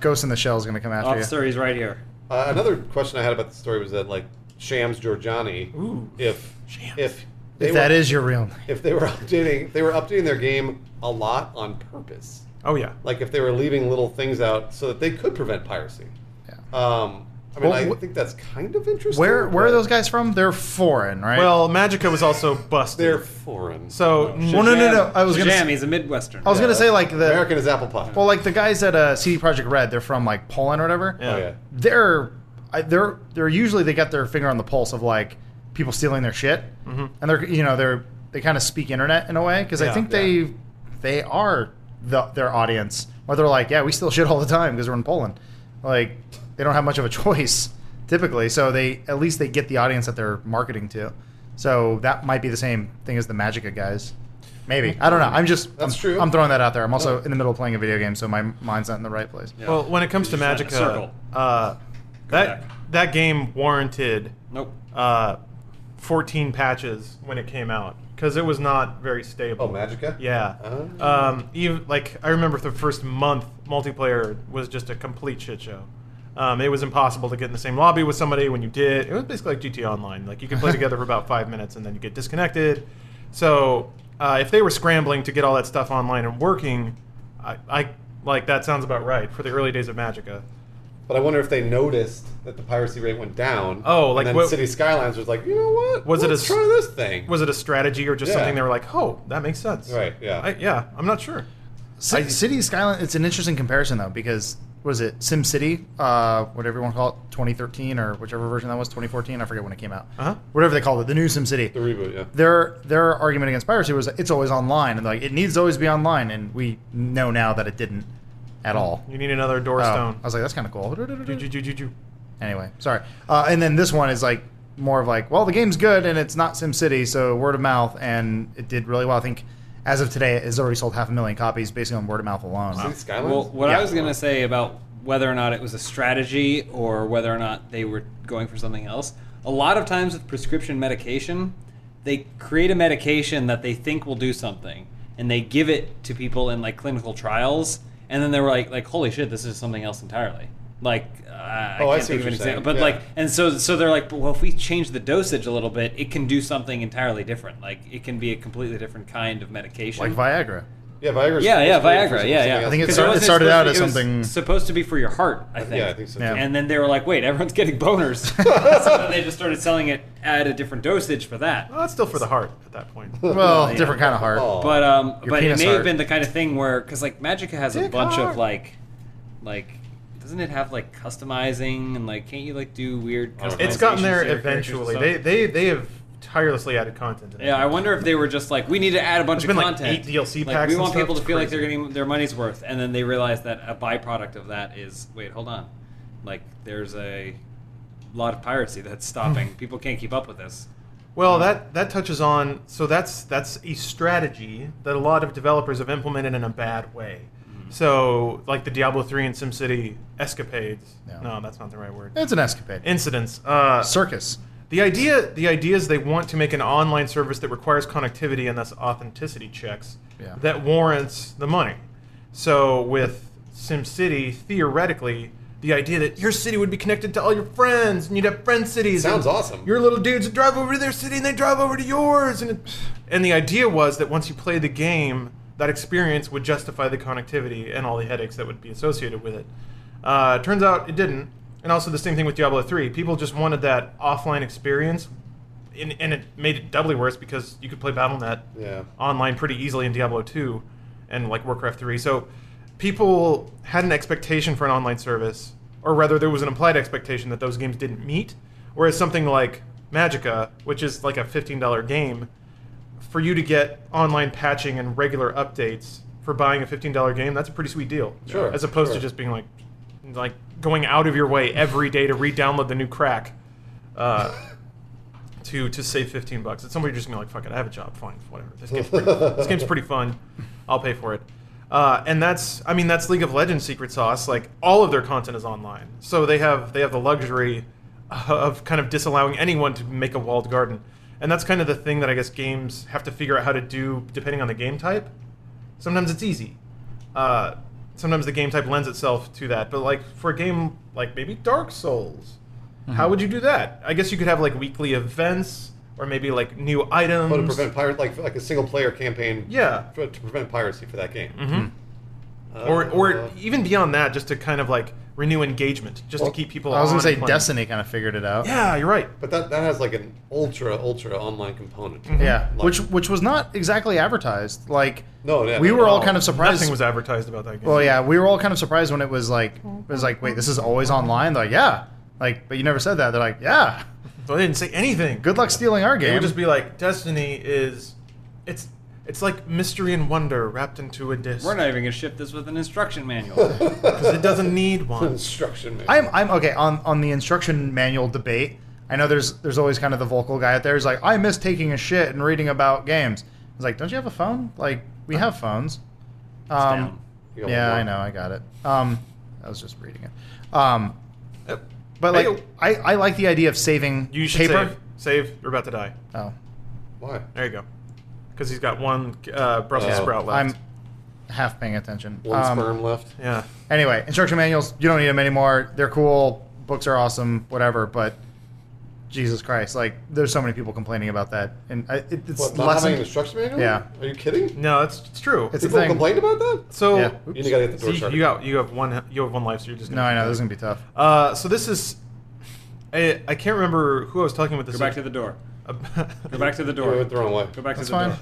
S1: Ghost in the Shell is going to come after
S4: Officer, he's right here.
S3: Uh, another question I had about the story was that like Shams Georgiani,
S2: Ooh.
S3: if
S2: Shams.
S3: if
S1: you.
S3: they
S1: If that
S3: were,
S1: is your real name.
S3: if they were updating they were updating their game a lot on purpose,
S2: Oh yeah.
S3: like if they were leaving little things out so that they could prevent piracy.
S1: Yeah.
S3: Um, I mean,
S1: Well,
S3: I
S1: wh-
S3: think that's kind of interesting.
S1: Where where are
S3: but
S1: those guys from? They're foreign, right?
S2: Well, Magica was also busted.
S3: They're foreign.
S4: Oh,
S2: so
S1: Well, Oh, no, no,
S2: Uh,
S1: no, I was gonna
S4: Shazam,
S1: s-
S4: he's a Midwestern.
S1: I was gonna say like the
S3: American is apple pie.
S1: well like the guys at uh, CD Project Red. They're from like Poland or whatever.
S2: Yeah.
S3: oh, yeah.
S1: They're I, they're they're usually they got their finger on the pulse of like people stealing their shit,
S2: Mhm.
S1: and they're you know they're they kind of speak internet in a way because
S2: Yeah,
S1: I think
S3: Mm-hmm. yeah.
S1: they they are the, their audience where they're like yeah we steal shit all the time because we're in Poland, like they don't have much of a choice typically so they at least they get the audience that they're marketing to, so that might be the same thing as the Magica guys. Maybe I don't know. I'm just
S3: That's
S1: I'm,
S3: true.
S1: I'm throwing that out there. I'm also in the middle of playing a video game, so my mind's not in the right place.
S4: Yeah.
S2: Well, when it comes to
S4: He's just in a
S2: Magica,
S4: circle.
S2: uh, that
S4: back.
S2: that game warranted
S4: nope.
S2: uh, 14 patches when it came out. because it was not very stable.
S3: Oh, Magica.
S2: Yeah.
S3: Oh.
S2: Um, even like I remember the first month multiplayer was just a complete shit show. Um, it was impossible to get in the same lobby with somebody when you did. It was basically like GT Online. Like you could play together for about five minutes and then you get disconnected. So uh, if they were scrambling to get all that stuff online and working, I, I like that sounds about right for the early days of Magica.
S3: But I wonder if they noticed that the piracy rate went down.
S2: Oh, like
S3: and then
S2: what-
S3: City Skylines was like, you know what?
S2: Was it
S3: Let's
S2: a-
S3: try this thing?
S2: Was it a strategy or just
S3: Yeah.
S2: something they were like, oh, that makes sense?
S3: right? Yeah.
S2: I, yeah, I'm not sure.
S1: Ci- City Skyline. It's an interesting comparison though because was it Sim City, uh, whatever you want to call it, 2013 or whichever version that was, 2014. I forget when it came out.
S2: Uh-huh.
S1: Whatever they called it, the new Sim City.
S3: the reboot. Yeah.
S1: Their their argument against piracy was it's always online and like it needs to always be online, and we know now that it didn't at all.
S2: You need another door
S1: Oh,
S2: stone.
S1: I was like, that's kind of cool.
S2: Ju- ju- ju- ju- ju.
S1: Anyway, sorry. Uh, and then this one is like more of like, well, the game's good and it's not SimCity, so word of mouth, and it did really well. I think as of today, it has already sold half a million copies, basically on word of mouth alone.
S3: City Skylines.
S4: Well, what
S1: Yeah.
S4: I was going to say about whether or not it was a strategy or whether or not they were going for something else, a lot of times with prescription medication, they create a medication that they think will do something and they give it to people in like clinical trials and then they were like like holy shit this is something else entirely. Like uh, I
S3: Oh, I
S4: can't
S3: see what
S4: think of an
S3: you're saying.
S4: example, but
S3: Yeah.
S4: like and so so they're like well if we change the dosage a little bit, it can do something entirely different. Like it can be a completely different kind of medication.
S1: Like Viagra.
S3: yeah, Viagra's
S4: Yeah, yeah,
S3: it's great for
S4: Viagra.
S3: something
S4: Yeah, yeah.
S3: else.
S1: I think it
S4: Because
S1: started-
S4: wasn't
S1: started
S4: supposed
S1: out
S4: to-
S1: as
S4: it was
S1: something-
S4: supposed to be for your heart. I think.
S3: Yeah, I think so.
S1: Yeah.
S3: too.
S4: And then they were like, "Wait, everyone's getting boners," so then they just started selling it at a different dosage for that.
S2: Well, that's still for the heart at that point.
S1: Well,
S4: yeah.
S1: different kind of heart.
S3: Oh.
S4: But um,
S1: Your
S4: but it
S1: penis
S4: may
S1: heart.
S4: have been the kind of thing where, because like Magica has a
S2: Dick
S4: bunch
S2: heart.
S4: of like, like, doesn't it have like customizing and like, can't you like do weird?
S3: I don't know.
S2: It's gotten
S4: customizations
S2: there
S4: to your characters and
S2: eventually.
S4: stuff?
S2: They they they have tirelessly added content. To that.
S4: Yeah, I wonder if they were just like, we need to add a
S2: There's
S4: bunch of
S2: been, like,
S4: content.
S2: eight DLC
S4: Like,
S2: packs
S4: we
S2: and
S4: want
S2: stuff.
S4: people to
S2: It's
S4: feel like they're
S2: crazy.
S4: getting their money's worth, and then they realize that a byproduct of that is wait, hold on, like there's a lot of piracy that's stopping. people can't keep up with this.
S2: Well, that that touches on so that's that's a strategy that a lot of developers have implemented in a bad way.
S4: Mm-hmm.
S2: So, like the Diablo 3 and SimCity escapades.
S1: Yeah.
S2: No, that's not the right word.
S1: It's an escapade.
S2: Incidents. Uh,
S1: Circus.
S2: The idea, the idea is they want to make an online service that requires connectivity and thus authenticity checks
S1: Yeah.
S2: that warrants the money. So with SimCity, theoretically, the idea that your city would be connected to all your friends and you'd have friend cities.
S3: Sounds
S2: and
S3: awesome.
S2: Your little dudes would drive over to their city and they drive over to yours, and it, and the idea was that once you play the game, that experience would justify the connectivity and all the headaches that would be associated with it. Uh, turns out it didn't. And also the same thing with Diablo 3. People just wanted that offline experience, and, and it made it doubly worse because you could play BattleNet
S3: Yeah.
S2: online pretty easily in Diablo 2 and like Warcraft 3. So people had an expectation for an online service, or rather, there was an implied expectation that those games didn't meet. Whereas something like Magica, which is like a $15 game, for you to get online patching and regular updates for buying a $15 game, that's a pretty sweet deal.
S3: Sure,
S2: As opposed
S3: sure.
S2: to just being like, like going out of your way every day to re-download the new crack. Uh, to to save 15 bucks. It's somebody just gonna be like, fuck it, I have a job, fine, whatever. This game's pretty, this game's pretty fun. I'll pay for it. Uh, and that's, I mean, that's League of Legends secret sauce. Like all of their content is online, so they have they have the luxury of kind of disallowing anyone to make a walled garden. And that's kind of the thing that I guess games have to figure out how to do depending on the game type. Sometimes it's easy. Uh, sometimes the game type lends itself to that. But like for a game like maybe Dark Souls,
S1: Mm-hmm.
S2: how would you do that? I guess you could have like weekly events or maybe like new items.
S3: But to prevent pirate, like like a single player campaign.
S2: Yeah.
S3: To, to prevent piracy for that game.
S2: Mm-hmm.
S1: Hmm.
S2: or or
S3: Uh,
S2: even beyond that, just to kind of like renew engagement, just
S3: Well,
S2: to keep people.
S1: I was
S2: on
S1: gonna say
S2: and playing.
S1: Destiny kind of figured it out.
S2: Yeah, you're right.
S3: But that that has like an ultra ultra online component.
S2: Mm-hmm.
S3: to it.
S1: Yeah.
S3: Like-
S1: Which which was not exactly advertised. Like
S3: No, yeah,
S1: we
S3: no,
S1: were all
S3: no.
S1: kind of surprised.
S2: Nothing was advertised about that game.
S1: Well, yeah, we were all kind of surprised when it was like, it was like, wait, this is always online. They're like, yeah, like, but you never said that. They're like, yeah,
S2: So they didn't say anything.
S1: good luck stealing our
S2: It
S1: game.
S2: would just be like Destiny is, it's it's like mystery and wonder wrapped into a disc
S4: We're not even gonna ship this with an instruction manual.
S2: because it doesn't need one.
S3: instruction. Man.
S1: I'm, I'm okay on on the instruction manual debate. I know there's there's always kind of the vocal guy out there who's like, I miss taking a shit and reading about games. It's like, don't you have a phone? Like, we have phones. Um,
S4: down.
S3: You got
S1: yeah,
S3: one more.
S1: I know, I got it. Um, I was just reading it. Um,
S2: Yep.
S1: but like,
S2: Uh, Hey,
S1: I, I like the idea of saving
S2: you should
S1: paper.
S2: save. Save. You're about to die.
S1: Oh,
S3: Why?
S2: There you go. because he's got one uh, Brussels
S3: Oh,
S2: sprout left.
S1: I'm half paying attention.
S3: One
S1: Um,
S3: sperm left.
S2: yeah.
S1: Anyway, instruction manuals, you don't need them anymore. They're cool. Books are awesome, whatever, but Jesus Christ, like there's so many people complaining about that. And I, it, it's
S3: What, not
S1: less
S3: having an instruction manual?
S1: Yeah.
S3: Are you kidding?
S2: No, it's, it's true.
S1: It's a
S3: People
S1: thing.
S3: complained about that?
S2: so
S1: Yeah.
S3: You gotta get the
S2: so
S3: door
S2: you,
S3: shut.
S2: you got you have one you have one life, so you're just
S1: No,
S2: gonna
S1: I
S2: keep
S1: know
S2: doing
S1: this is
S2: it.
S1: gonna be tough.
S2: Uh, so this is, I, I can't remember who I was talking with this.
S4: Go back to the door.
S2: the.
S4: Go back to the
S3: You
S4: door.
S3: went the wrong way.
S4: Go back
S1: That's
S4: to the
S1: fine.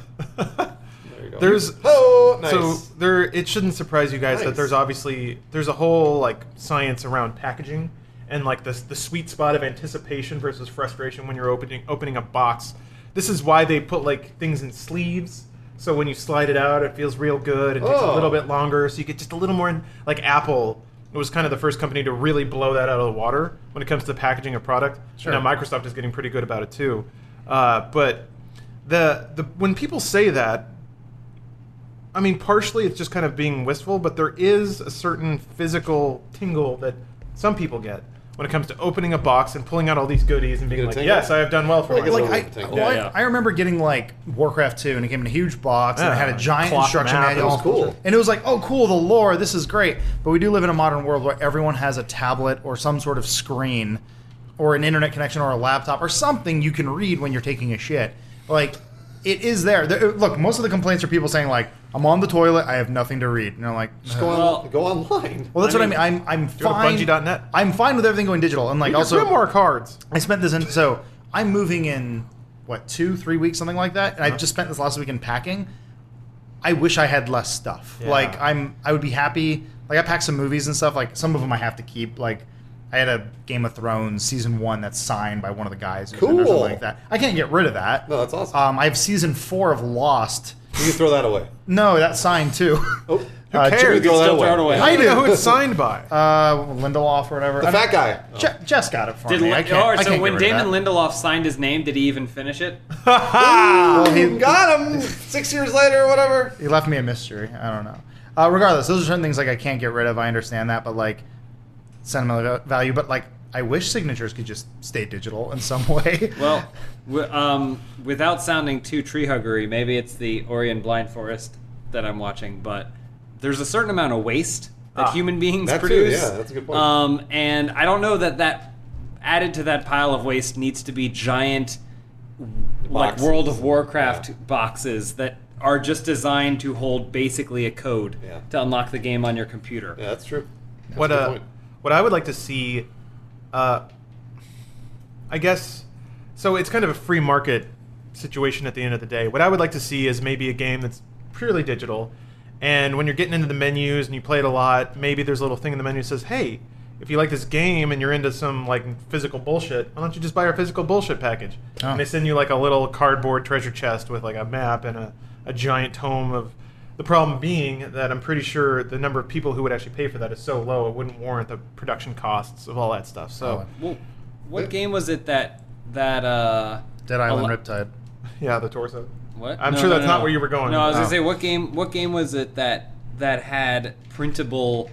S4: door.
S3: There you go.
S2: There's
S3: oh nice.
S2: so there. It shouldn't surprise you guys that
S3: Nice.
S2: there's obviously there's a whole like science around packaging and like the the sweet spot of anticipation versus frustration when you're opening opening a box. This is why they put like things in sleeves. So when you slide it out, it feels real good. It takes a
S3: Oh.
S2: little bit longer, so you get just a little more. in- Like Apple, it was kind of the first company to really blow that out of the water when it comes to the packaging of product.
S1: Sure.
S2: Now Microsoft is getting pretty good about it too. Uh, but the the when people say that, I mean, partially it's just kind of being wistful, but there is a certain physical tingle that some people get when it comes to opening a box and pulling out all these goodies and being
S3: get a
S2: like,
S3: tingle?
S2: "Yes, I have done well for
S3: Like a
S2: myself."
S3: little-
S1: Like I,
S3: Yeah,
S1: well, I-
S4: yeah.
S1: I remember getting like Warcraft 2 and it came in a huge box and it
S2: Yeah,
S1: had a giant
S2: cloth
S1: instruction
S2: map, it
S1: manual.
S3: was cool.
S1: And it was like, oh, cool, the lore, this is great. But we do live in a modern world where everyone has a tablet or some sort of screen or an internet connection or a laptop or something you can read when you're taking a shit. Like, it is there. There- Look, most of the complaints are people saying, like, I'm on the toilet, I have nothing to read. And I'm like,
S3: Just go, on,
S4: Well-
S3: go online.
S1: well, that's
S4: I
S1: what
S4: mean-
S1: I mean. I'm, I'm
S2: go to
S1: fine.
S2: Bungie.net.
S1: I'm fine with everything going digital. And like,
S2: Your
S1: also,
S2: grimoire cards.
S1: I spent this in so I'm moving in what two, three weeks, something like that, and
S3: Uh-huh.
S1: I just spent this last weekend packing. I wish I had less stuff.
S2: Yeah.
S1: Like I'm, I would be happy. Like I packed some movies and stuff. Like some of them I have to keep. Like I had a Game of Thrones season one that's signed by one of the guys. who's in there or something
S3: Cool.
S1: Like that. I can't get rid of that.
S3: No, that's awesome.
S1: Um, I have season four of Lost.
S3: you can throw that away.
S1: No, that's signed too.
S3: Oh,
S1: Uh,
S2: Who
S3: you
S2: cares?
S3: can throw that
S4: still
S3: away.
S4: throw it away.
S2: I
S1: I
S2: don't know
S1: do.
S2: who oh, it's signed by.
S1: Uh, Lindelof or whatever.
S3: The
S1: I don't-
S3: fat guy.
S1: Je- Jess got it for
S4: Did
S1: me. I
S4: Lin-
S1: can't,
S4: oh,
S1: I
S4: so
S1: can't
S4: when
S1: get rid of
S4: Damon
S1: that.
S4: Lindelof signed his name, did he even finish it?
S3: Oh, well,
S1: he-
S3: he got him six years later or whatever.
S1: He left me a mystery. I don't know. Uh, regardless, those are certain things like I can't get rid of. I understand that, but like sentimental va- value. But like, I wish signatures could just stay digital in some way.
S4: Well, w- um, without sounding too tree huggery, maybe it's the Ori and Blind Forest that I'm watching, but there's a certain amount of waste that
S2: Ah,
S4: human beings
S3: that too,
S4: produce.
S3: yeah, that's a good point.
S4: Um, and I don't know that that added to that pile of waste needs to be giant, like
S3: Boxes.
S4: World of Warcraft boxes that are just designed to hold basically a code
S3: Yeah.
S4: to unlock the game on your computer.
S3: Yeah, that's true. That's
S2: what
S3: a good
S2: uh,
S3: point.
S2: what I would like to see, uh, I guess, so it's kind of a free market situation at the end of the day. What I would like to see is maybe a game that's purely digital, and when you're getting into the menus and you play it a lot, maybe there's a little thing in the menu that says, "Hey, if you like this game and you're into some like physical bullshit, why don't you just buy our physical bullshit package?"
S1: Oh.
S2: And they send you like a little cardboard treasure chest with like a map and a, a giant tome of the problem being that I'm pretty sure the number of people who would actually pay for that is so low it wouldn't warrant the production costs of all that stuff. So,
S4: Well, what game was it that that uh?
S1: Dead Island
S4: Al-
S1: Riptide.
S2: yeah, the torso.
S4: What?
S2: I'm
S4: No,
S2: sure
S4: no,
S2: that's
S4: no.
S2: not where you were going.
S4: No, I was
S1: Oh.
S4: gonna say what game? What game was it that that had printable?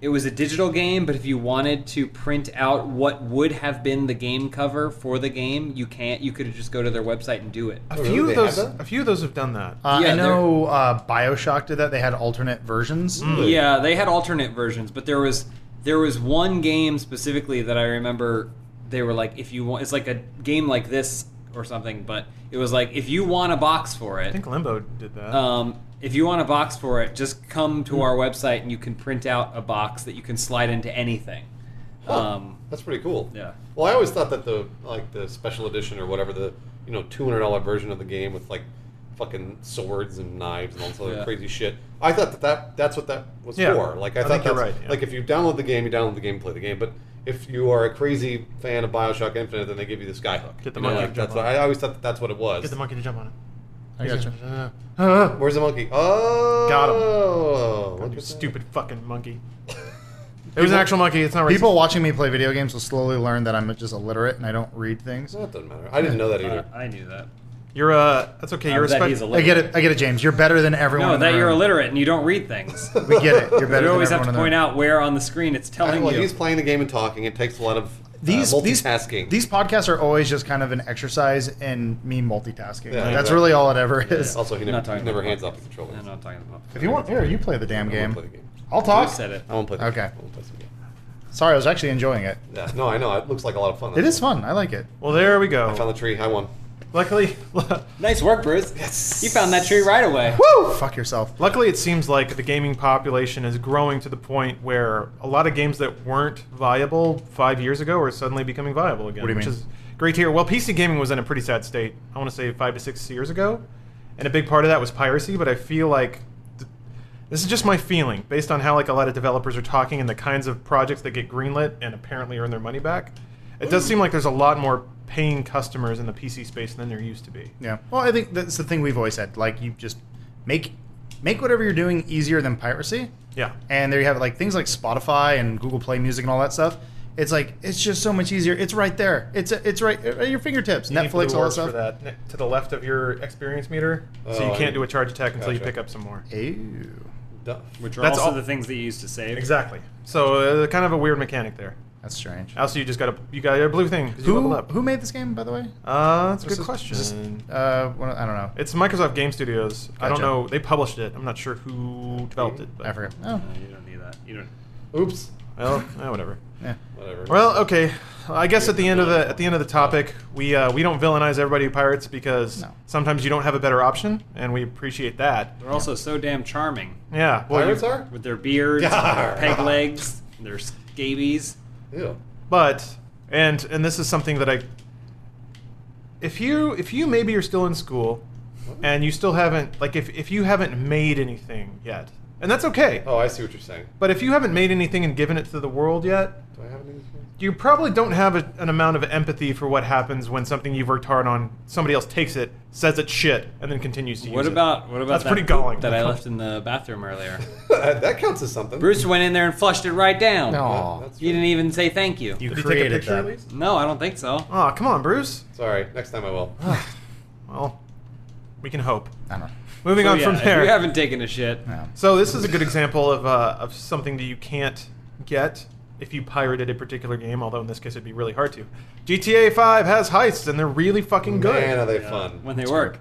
S4: It was a digital game, but if you wanted to print out what would have been the game cover for the game, you can't. You could just go to their website and do it.
S2: a
S3: Oh,
S2: few
S3: really? They
S2: of
S3: have
S2: those.
S3: that?
S2: A few of those have done that.
S1: Uh,
S4: Yeah,
S1: I know uh, Bioshock did that. They had alternate versions.
S2: Oh.
S4: Yeah, they had alternate versions, but there was there was one game specifically that I remember they were like, if you want, it's like a game like this or something, but it was like if you want a box for
S2: I
S4: it,
S2: think Limbo did that.
S4: Um, if you want a box for it, just come to our website and you can print out a box that you can slide into anything.
S3: Huh.
S4: Um,
S3: That's pretty cool.
S4: yeah.
S3: Well, I always thought that the like the special edition or whatever the you know two hundred dollar version of the game with like fucking swords and knives and all this other
S4: Yeah.
S3: crazy shit. I thought that, that that's what that was
S2: Yeah.
S3: for. Like I,
S2: I
S3: thought
S2: think you're
S3: that's
S2: right, yeah.
S3: like if you download the game, you download the game, play the game. But if you are a crazy fan of Bioshock Infinite, then they give you the skyhook.
S2: Get the
S3: You know,
S2: monkey
S3: like,
S2: to jump
S3: that's
S2: on
S3: I always thought that that's what it was.
S2: Get the monkey to jump on it.
S1: I gotcha.
S2: Ah,
S3: Where's the monkey? Oh,
S2: Got
S3: look
S2: him. you
S3: at that.
S2: stupid fucking monkey. It was an actual monkey. It's not racist.
S1: People watching me play video games will slowly learn that I'm just illiterate and I don't read things.
S3: That doesn't matter. I didn't know that either.
S4: Uh, I knew that.
S2: You're uh. That's okay. You're
S4: Uh,
S2: a
S4: that
S2: spe-
S4: he's
S1: I
S4: illiterate.
S1: get it. I get it, James. You're better than everyone.
S4: No,
S1: in the
S4: that you're
S1: room.
S4: illiterate and you don't read things.
S1: We get it. You're better
S4: you
S1: than
S4: always
S1: everyone in
S4: have to
S1: the room.
S4: point out where on the screen it's telling
S3: well,
S4: you.
S3: he's playing the game and talking. It takes a lot of uh,
S1: Uh, these these
S3: multitasking.
S1: these podcasts are always just kind of an exercise in me multitasking.
S3: Yeah,
S1: Like, That's
S3: exactly.
S1: really all it ever is.
S3: Also, he
S4: I'm not
S3: never,
S4: talking
S3: he never
S4: about
S3: hands off
S4: podcasts.
S3: the controller.
S4: I'm not talking about
S1: If you want, here you play the damn
S3: I
S1: game.
S3: won't play the game.
S1: I'll talk.
S4: You said it.
S3: I won't play the
S1: Okay.
S3: game. I won't play some game.
S1: Sorry, I was actually enjoying it.
S3: Yeah, no, I know. It looks like a lot of fun.
S1: It is fun. I like it.
S2: Well, there we
S3: I found
S2: go.
S3: the tree. I won.
S2: Luckily,
S4: Nice work, Bruce. Yes. You found that tree right away.
S1: Woo! Fuck yourself.
S2: luckily, it seems like the gaming population is growing to the point where a lot of games that weren't viable five years ago are suddenly becoming viable again,
S1: What do you
S2: which
S1: mean?
S2: is great to hear. Well, PC gaming was in a pretty sad state. I want to say five to six years ago, and a big part of that was piracy. But I feel like th- this is just my feeling based on how like a lot of developers are talking and the kinds of projects that get greenlit and apparently earn their money back. It does seem like there's a lot more paying customers in the PC space than there used to be.
S1: Yeah. Well, I think that's the thing we've always said. Like, you just make make whatever you're doing easier than piracy.
S2: Yeah.
S1: And there you have like things like Spotify and Google Play Music and all that stuff. It's like it's just so much easier. It's right there. It's it's right at your fingertips.
S2: You need
S1: Netflix,
S2: blue
S1: all that
S2: orbs
S1: stuff.
S2: for that ne- to the left of your experience meter, so you
S3: Oh,
S2: can't
S3: I-
S2: do a charge attack until you
S3: gotcha.
S2: pick up some more.
S1: Ew.
S3: Duh.
S4: Which are
S2: That's
S4: also
S2: all-
S4: the things that you used to save.
S2: Exactly. So uh, kind of a weird mechanic there.
S1: That's strange.
S2: Also, you just got a you got a blue thing. 'cause You
S1: Who
S2: leveled up.
S1: who made this game, by the way?
S2: Uh, that's a
S1: This
S2: good
S1: is-
S2: question.
S1: this is- uh, one of- I don't know.
S2: it's Microsoft Game Studios. I don't
S1: Gotcha.
S2: know. They published it. I'm not sure who developed it. But,
S1: I forget. Oh,
S4: No, you don't need that. You don't.
S3: Oops.
S2: Well, eh, whatever.
S1: yeah.
S3: Whatever.
S2: Well, okay. I guess at the end of the at the end of the topic, we uh, we don't villainize everybody who pirates because
S1: No.
S2: sometimes you don't have a better option, and we appreciate that.
S4: They're also so damn charming
S2: Yeah. Well, you-
S3: Pirates are?
S4: with their beards, and their
S3: Yar.
S4: peg legs, and their scabies.
S3: Ew.
S2: but and and this is something that i if you if you maybe you're still in school and you still haven't like if, if you haven't made anything yet and that's okay
S3: Oh, I see what you're saying.
S2: but if you haven't made anything and given it to the world yet
S3: Do I have any?
S2: you probably don't have a, an amount of empathy for what happens when something you've worked hard on somebody else takes it says it's shit and then continues to
S4: What
S2: use it.
S4: about what about
S2: That's
S4: that
S2: pretty
S4: poop
S2: galling.
S4: that I left in the bathroom earlier?
S3: that counts as something.
S4: Bruce went in there and flushed it right down.
S1: No.
S3: Yeah, that's
S4: You
S3: true.
S4: didn't even say thank you.
S1: You
S2: Did you take a
S1: created
S2: picture at
S1: that.
S2: least?
S4: No, I don't think so.
S2: oh come on bruce
S3: Sorry. Next time I will.
S2: well we can hope
S1: I don't know.
S2: moving
S4: So,
S2: on
S4: yeah,
S2: from
S4: if
S2: there
S4: you haven't taken a shit.
S1: No.
S2: So this is a good example of, uh, of something that you can't get if you pirated a particular game. Although in this case, it'd be really hard to. GTA 5 has heists, and they're really fucking good.
S3: Man, are they
S4: Yeah,
S3: fun?
S4: Uh, when they work.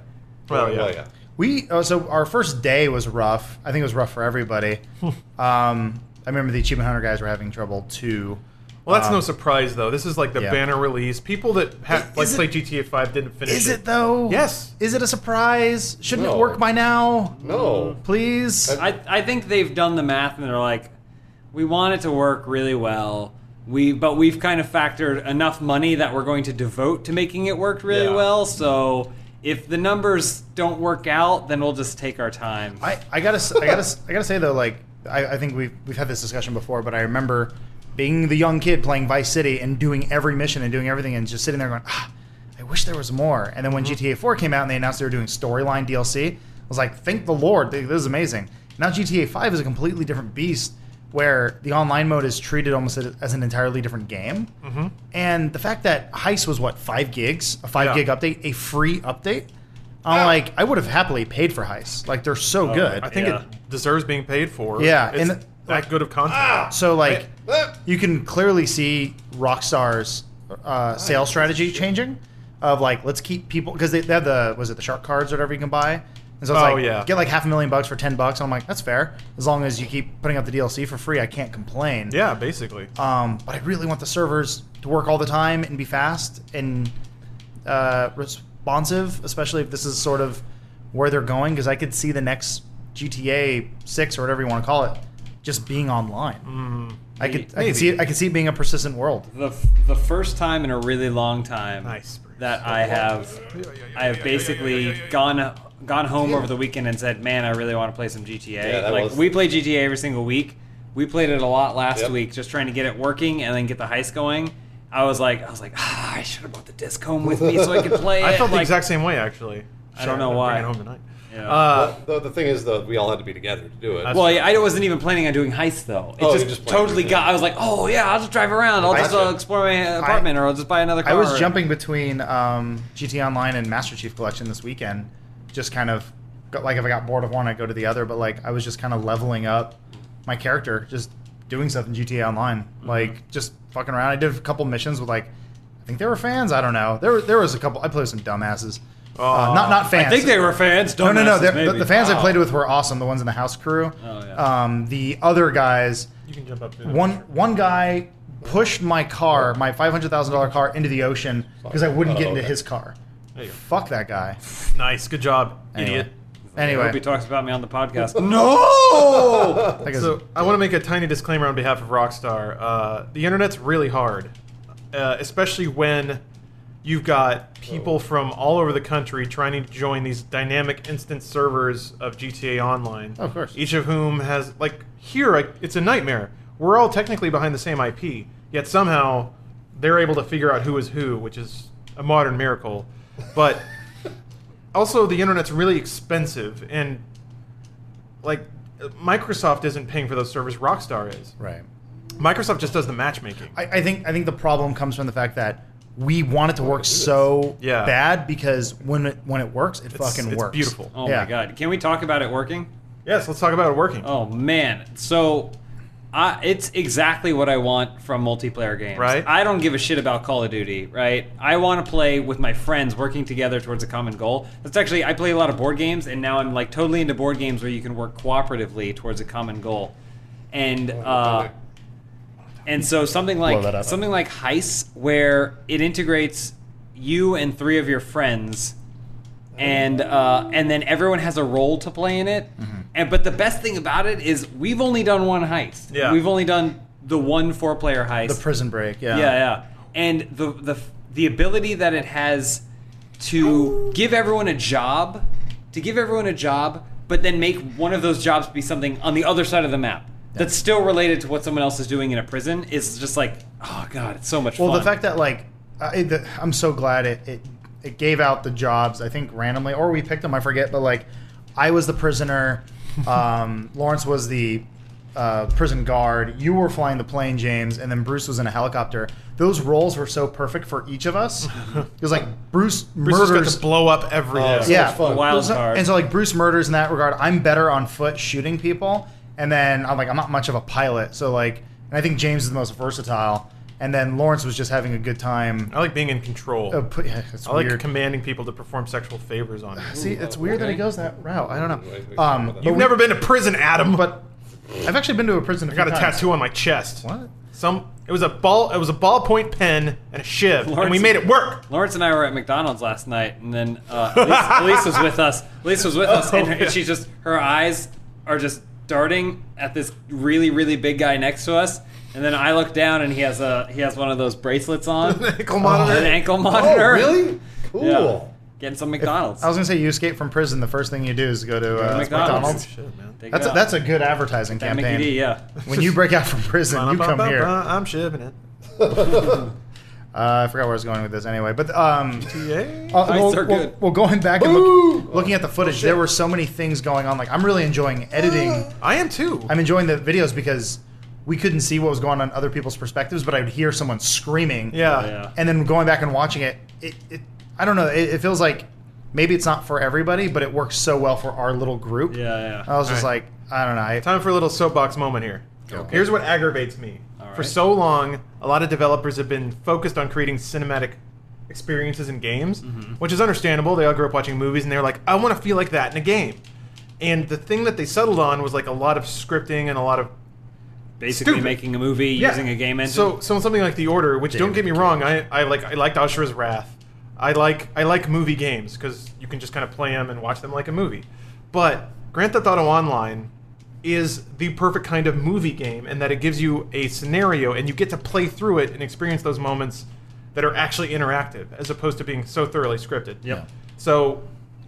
S2: Well, yeah.
S3: Well, yeah.
S1: We uh, so our first day was rough. I think it was rough for everybody.
S2: Hmm.
S1: um, I remember the achievement hunter guys were having trouble too.
S2: Well, that's no
S1: Um,
S2: surprise though. This is like the
S1: yeah.
S2: banner release. People that ha-
S1: Is
S2: like
S1: it-
S2: play GTA 5 didn't finish.
S1: Is it though?
S2: Yes.
S1: Is it a surprise? Shouldn't
S3: No.
S1: it work by now?
S3: No.
S1: Please.
S3: I-
S4: I, I think they've done the math and they're like, we want it to work really well. We but we've kind of factored enough money that we're going to devote to making it work really
S2: Yeah.
S4: well. So if the numbers don't work out, then we'll just take our time.
S1: I, I gotta s- I gotta s- I gotta say though like I, I think we've we've had this discussion before but I remember being the young kid playing Vice City and doing every mission and doing everything and just sitting there going ah I wish there was more and then when GTA 4 came out and they announced they were doing storyline DLC I was like thank the Lord th- this is amazing now GTA 5 is a completely different beast where the online mode is treated almost as as an entirely different game and the fact that Heist was what five gigs a five
S2: Yeah.
S1: gig update a free update. I'm like, I would have happily paid for Heist. Like, they're so good.
S2: I think
S4: Yeah.
S2: it deserves being paid for.
S1: Yeah,
S2: It's
S1: and-
S2: that good of content.
S1: So like,
S4: Mm-hmm.
S3: Ah!
S1: you can clearly see Rockstar's
S2: Oh,
S1: uh, sales strategy changing, of like let's keep people because they, they have the was it the shark cards or whatever you can buy. And so it's
S2: Oh,
S1: like
S2: yeah.
S1: get like half a million bucks for ten bucks. And I'm like that's fair as long as you keep putting up the DLC for free. I can't complain.
S2: Yeah, basically.
S1: Um, but I really want the servers to work all the time and be fast and uh, responsive, especially if this is sort of where they're going, because I could see the next GTA six or whatever you want to call it just being online. I could I
S2: Maybe.
S1: could see it, I could see it being a persistent world.
S4: the the first time in a really long time
S2: Nice, Bruce.
S4: that I have I have basically gone gone home over the weekend and said, "Man, I really want to play some GTA."
S3: Yeah, that
S4: like
S3: was-
S4: we play GTA every single week. We played it a lot last
S3: Yep.
S4: week, just trying to get it working and then get the heist going. I was like, I was like, ah, I should have brought the disc home with me so I could play it.
S2: I felt the
S4: Eh, Like,
S2: exact same way actually.
S4: I don't
S2: Shit,
S4: know
S2: I'm
S4: why.
S2: bringing it home tonight.
S4: Yeah.
S2: Uh,
S3: Well, the, the thing is, though, we all had to be together to do it.
S2: That's-
S4: Well, yeah, I wasn't even planning on doing heist though. It
S3: Oh,
S4: just,
S3: you just planned
S4: totally
S3: it,
S4: got.
S3: yeah.
S4: I was like, oh yeah, I'll just drive around. I'll
S1: I
S4: just
S3: should.
S4: uh, explore my apartment, or I'll just buy another car.
S1: I was
S4: or-
S1: jumping between um, GT Online and Master Chief Collection this weekend. Just kind of got, like if I got bored of one, I would go to the other. But like I was just kind of leveling up my character, just doing stuff in GTA Online,
S4: Mm-hmm.
S1: like just fucking around. I did a couple missions with like, I think they were fans. I don't know. There were- there was a couple. I played with some dumbasses. Uh, not not fans.
S4: Oh. I think they were fans.
S1: No,
S4: Don't
S1: no, no.
S4: ask us,
S1: they're- The,
S4: maybe.
S1: the fans I
S4: Wow.
S1: played with were awesome. The ones in the house crew.
S4: Oh, yeah.
S1: Um, the other guys,
S2: You can jump up to
S1: one one guy pushed my car, my five hundred thousand dollar car, into the ocean because I wouldn't get
S3: Oh,
S1: into
S3: okay.
S1: his car.
S2: There you go.
S1: Fuck that guy.
S2: Nice. Good job, idiot.
S4: I hope he
S1: Anyway,
S4: talks about me on the podcast. Oh!
S1: no. That guy's-
S2: So I want to make a tiny disclaimer on behalf of Rockstar. Uh, the internet's really hard, uh, especially when you've got
S1: Oh.
S2: people from all over the country trying to join these dynamic instance servers of GTA Online.
S1: Oh, Of course.
S2: Each of whom has like here, like, it's a nightmare. We're all technically behind the same IP, yet somehow they're able to figure out who is who, which is a modern miracle. But also, the internet's really expensive, and like Microsoft isn't paying for those servers. Rockstar is.
S1: right.
S2: Microsoft just does the matchmaking.
S1: I, I think I think the problem comes from the fact that we want it to work so
S2: Yeah.
S1: bad because when it when it works, it fucking
S2: it's
S1: works.
S2: beautiful.
S4: Oh
S1: Yeah.
S4: my god! Can we talk about it working?
S2: yes, let's talk about it working.
S4: Oh man! So, I, it's exactly what I want from multiplayer games.
S2: Right.
S4: I don't give a shit about Call of Duty. Right. I want to play with my friends, working together towards a common goal. That's actually I play a lot of board games, and now I'm like totally into board games where you can work cooperatively towards a common goal. And uh, and so something
S1: Oh, that
S4: like
S1: up.
S4: something like Heist, where it integrates you and three of your friends and uh, and then everyone has a role to play in it.
S1: Mm-hmm.
S4: And but the best thing about it is we've only done one heist.
S2: Yeah.
S4: We've only done the one four player heist.
S1: The prison break, yeah.
S4: yeah, yeah. And the the the ability that it has to give everyone a job, to give everyone a job, but then make one of those jobs be something on the other side of the map that's still related to what someone else is doing in a prison is just like oh god, it's so much
S1: Well,
S4: fun.
S1: the fact that like I, the, I'm so glad it, it it gave out the jobs. I think randomly, or we picked them. I forget, but like I was the prisoner. Um, Lawrence was the uh, prison guard. You were flying the plane, James, and then Bruce was in a helicopter. Those roles were so perfect for each of us. It was like Bruce,
S2: Bruce just got
S1: murders
S2: to blow up everything.
S3: Oh, so
S1: yeah,
S3: much fun.
S4: Wild
S1: Well, so-
S4: card.
S1: And so like Bruce murders in that regard. I'm better on foot shooting people, and then I'm like I'm not much of a pilot, so like, and I think James is the most versatile. And then Lawrence was just having a good time.
S2: I like being in control.
S1: Uh, put- yeah, it's
S2: I like
S1: weird.
S2: commanding people to perform sexual favors on you.
S1: See, it's weird that he goes that route. I don't know. Um, but
S2: You've
S1: we-
S2: never been to prison, Adam. But
S1: I've actually been to a prison.
S2: I got a tattoo on my chest.
S1: What?
S2: Some. It was a ball. It was a ballpoint pen and a shiv, and we
S4: Lawrence-
S2: made it work.
S4: Lawrence and I were at McDonald's last night, and then uh, Elise, Elise was with us. Elise was with us,
S1: Oh,
S4: and, her,
S2: yeah.
S4: and she just her eyes are just darting at this really really big guy next to us. And then I look down, and he has a he has one of those bracelets on, an
S2: Ankle monitor.
S4: ankle
S3: Oh,
S4: monitor.
S3: really? Cool.
S4: Yeah. Getting some McDonald's.
S1: I was gonna say you escape from prison. The first thing you do is go to uh, McDonald's.
S4: McDonald's.
S2: Shit, man.
S4: Oh There you
S1: That's a,
S4: go.
S1: that's a good advertising
S4: That
S1: campaign.
S4: McD, yeah.
S1: When you break out from prison, you come here. Uh,
S2: I'm shivving it.
S1: I forgot where I was going with this anyway, but um,
S2: Yay.
S1: Uh,
S4: Fights
S1: well, well-
S4: are good.
S1: well, going back and
S3: Boo!
S1: look, looking at the footage, there were so many things going on. Like, I'm really enjoying editing.
S2: I am too.
S1: I'm enjoying the videos because we couldn't see what was going on in other people's perspectives, but I would hear someone screaming.
S2: yeah.
S4: Yeah.
S1: And then going back and watching it, it, it I don't know, it, it feels like maybe it's not for everybody, but it works so well for our little group.
S4: yeah,
S1: I
S4: yeah.
S1: was just
S2: Alright.
S1: like, I don't know. I,
S2: Time for a little soapbox moment here.
S1: Go.
S2: Here's what aggravates me.
S4: All
S2: For
S4: right.
S2: so long, a lot of developers have been focused on creating cinematic experiences in games,
S4: Mm-hmm.
S2: which is understandable. They all grew up watching movies and they're like, I want to feel like that in a game. And the thing that they settled on was like a lot of scripting and a lot of
S4: Basically
S2: Stupid.
S4: making a movie
S2: yeah.
S4: using a game engine.
S2: So, so something like The Order, which don't get me wrong, I, I like I liked Ashura's Wrath. I like I like movie games because you can just kind of play them and watch them like a movie. But Grand Theft Auto Online is the perfect kind of movie game in that it gives you a scenario and you get to play through it and experience those moments that are actually interactive as opposed to being so thoroughly scripted.
S4: Yep.
S2: So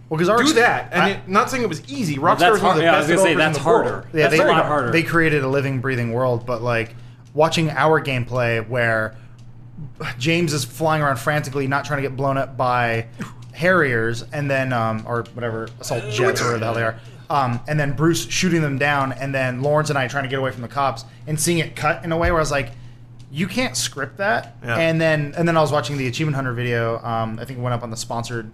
S1: well, because our
S2: do
S1: ex-
S2: that, and
S1: I-
S2: it, not saying it was easy.
S4: But
S2: Rockstar
S4: that's
S2: is one of
S4: hard.
S2: the
S4: Yeah, I was
S2: best
S4: gonna say
S2: developers in
S4: that's
S2: the
S4: harder.
S2: world.
S1: Yeah,
S4: that's
S1: they,
S4: a lot harder.
S1: they created a living, breathing world, but like watching our gameplay where James is flying around frantically, not trying to get blown up by Harriers, and then um, or whatever assault jets or whatever the hell they are, um, and then Bruce shooting them down, and then Lawrence and I trying to get away from the cops, and seeing it cut in a way where I was like. You can't script that,
S2: Yeah.
S1: and then and then I was watching the Achievement Hunter video. Um, I think it went up on the sponsored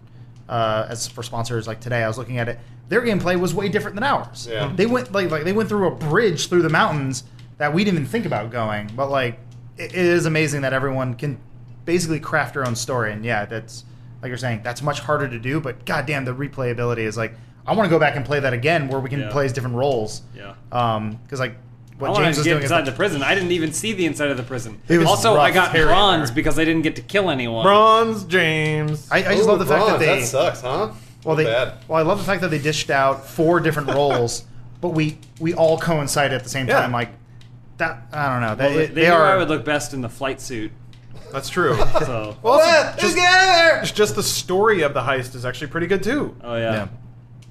S1: uh, as for sponsors like today. I was looking at it. Their gameplay was way different than ours.
S3: Yeah.
S1: They went like like they went through a bridge through the mountains that we didn't even think about going. But like, it, it is amazing that everyone can basically craft their own story. And yeah, that's like you're saying, that's much harder to do. But goddamn, the replayability is like, I want to go back and play that again, where we can
S4: Yeah.
S1: play as different roles.
S4: Yeah.
S1: Um, because like
S4: I
S1: what
S4: wanted
S1: James
S4: to
S1: is
S4: get
S1: doing is
S4: inside the prison. I didn't even see the inside of the prison.
S1: It was
S4: also,
S1: rough.
S4: I got
S1: Terry
S4: bronze
S1: Miller.
S4: because I didn't get to kill anyone.
S2: Bronze James.
S1: I, I just love the fact that
S3: bronze,
S1: they
S3: Oh, that sucks, huh?
S1: well
S3: Too
S1: they
S3: bad.
S1: well I love the fact that they dished out four different roles, but we we all coincide at the same
S2: Yeah.
S1: time. Like that I don't know.
S4: They,
S1: they,
S4: they
S1: they
S4: knew
S1: are
S4: I would look best in the flight suit.
S2: That's true.
S4: So,
S2: Well, also,
S3: What?
S2: just,
S3: Together!
S2: just the story of the heist is actually pretty good too.
S4: oh yeah.
S1: Yeah.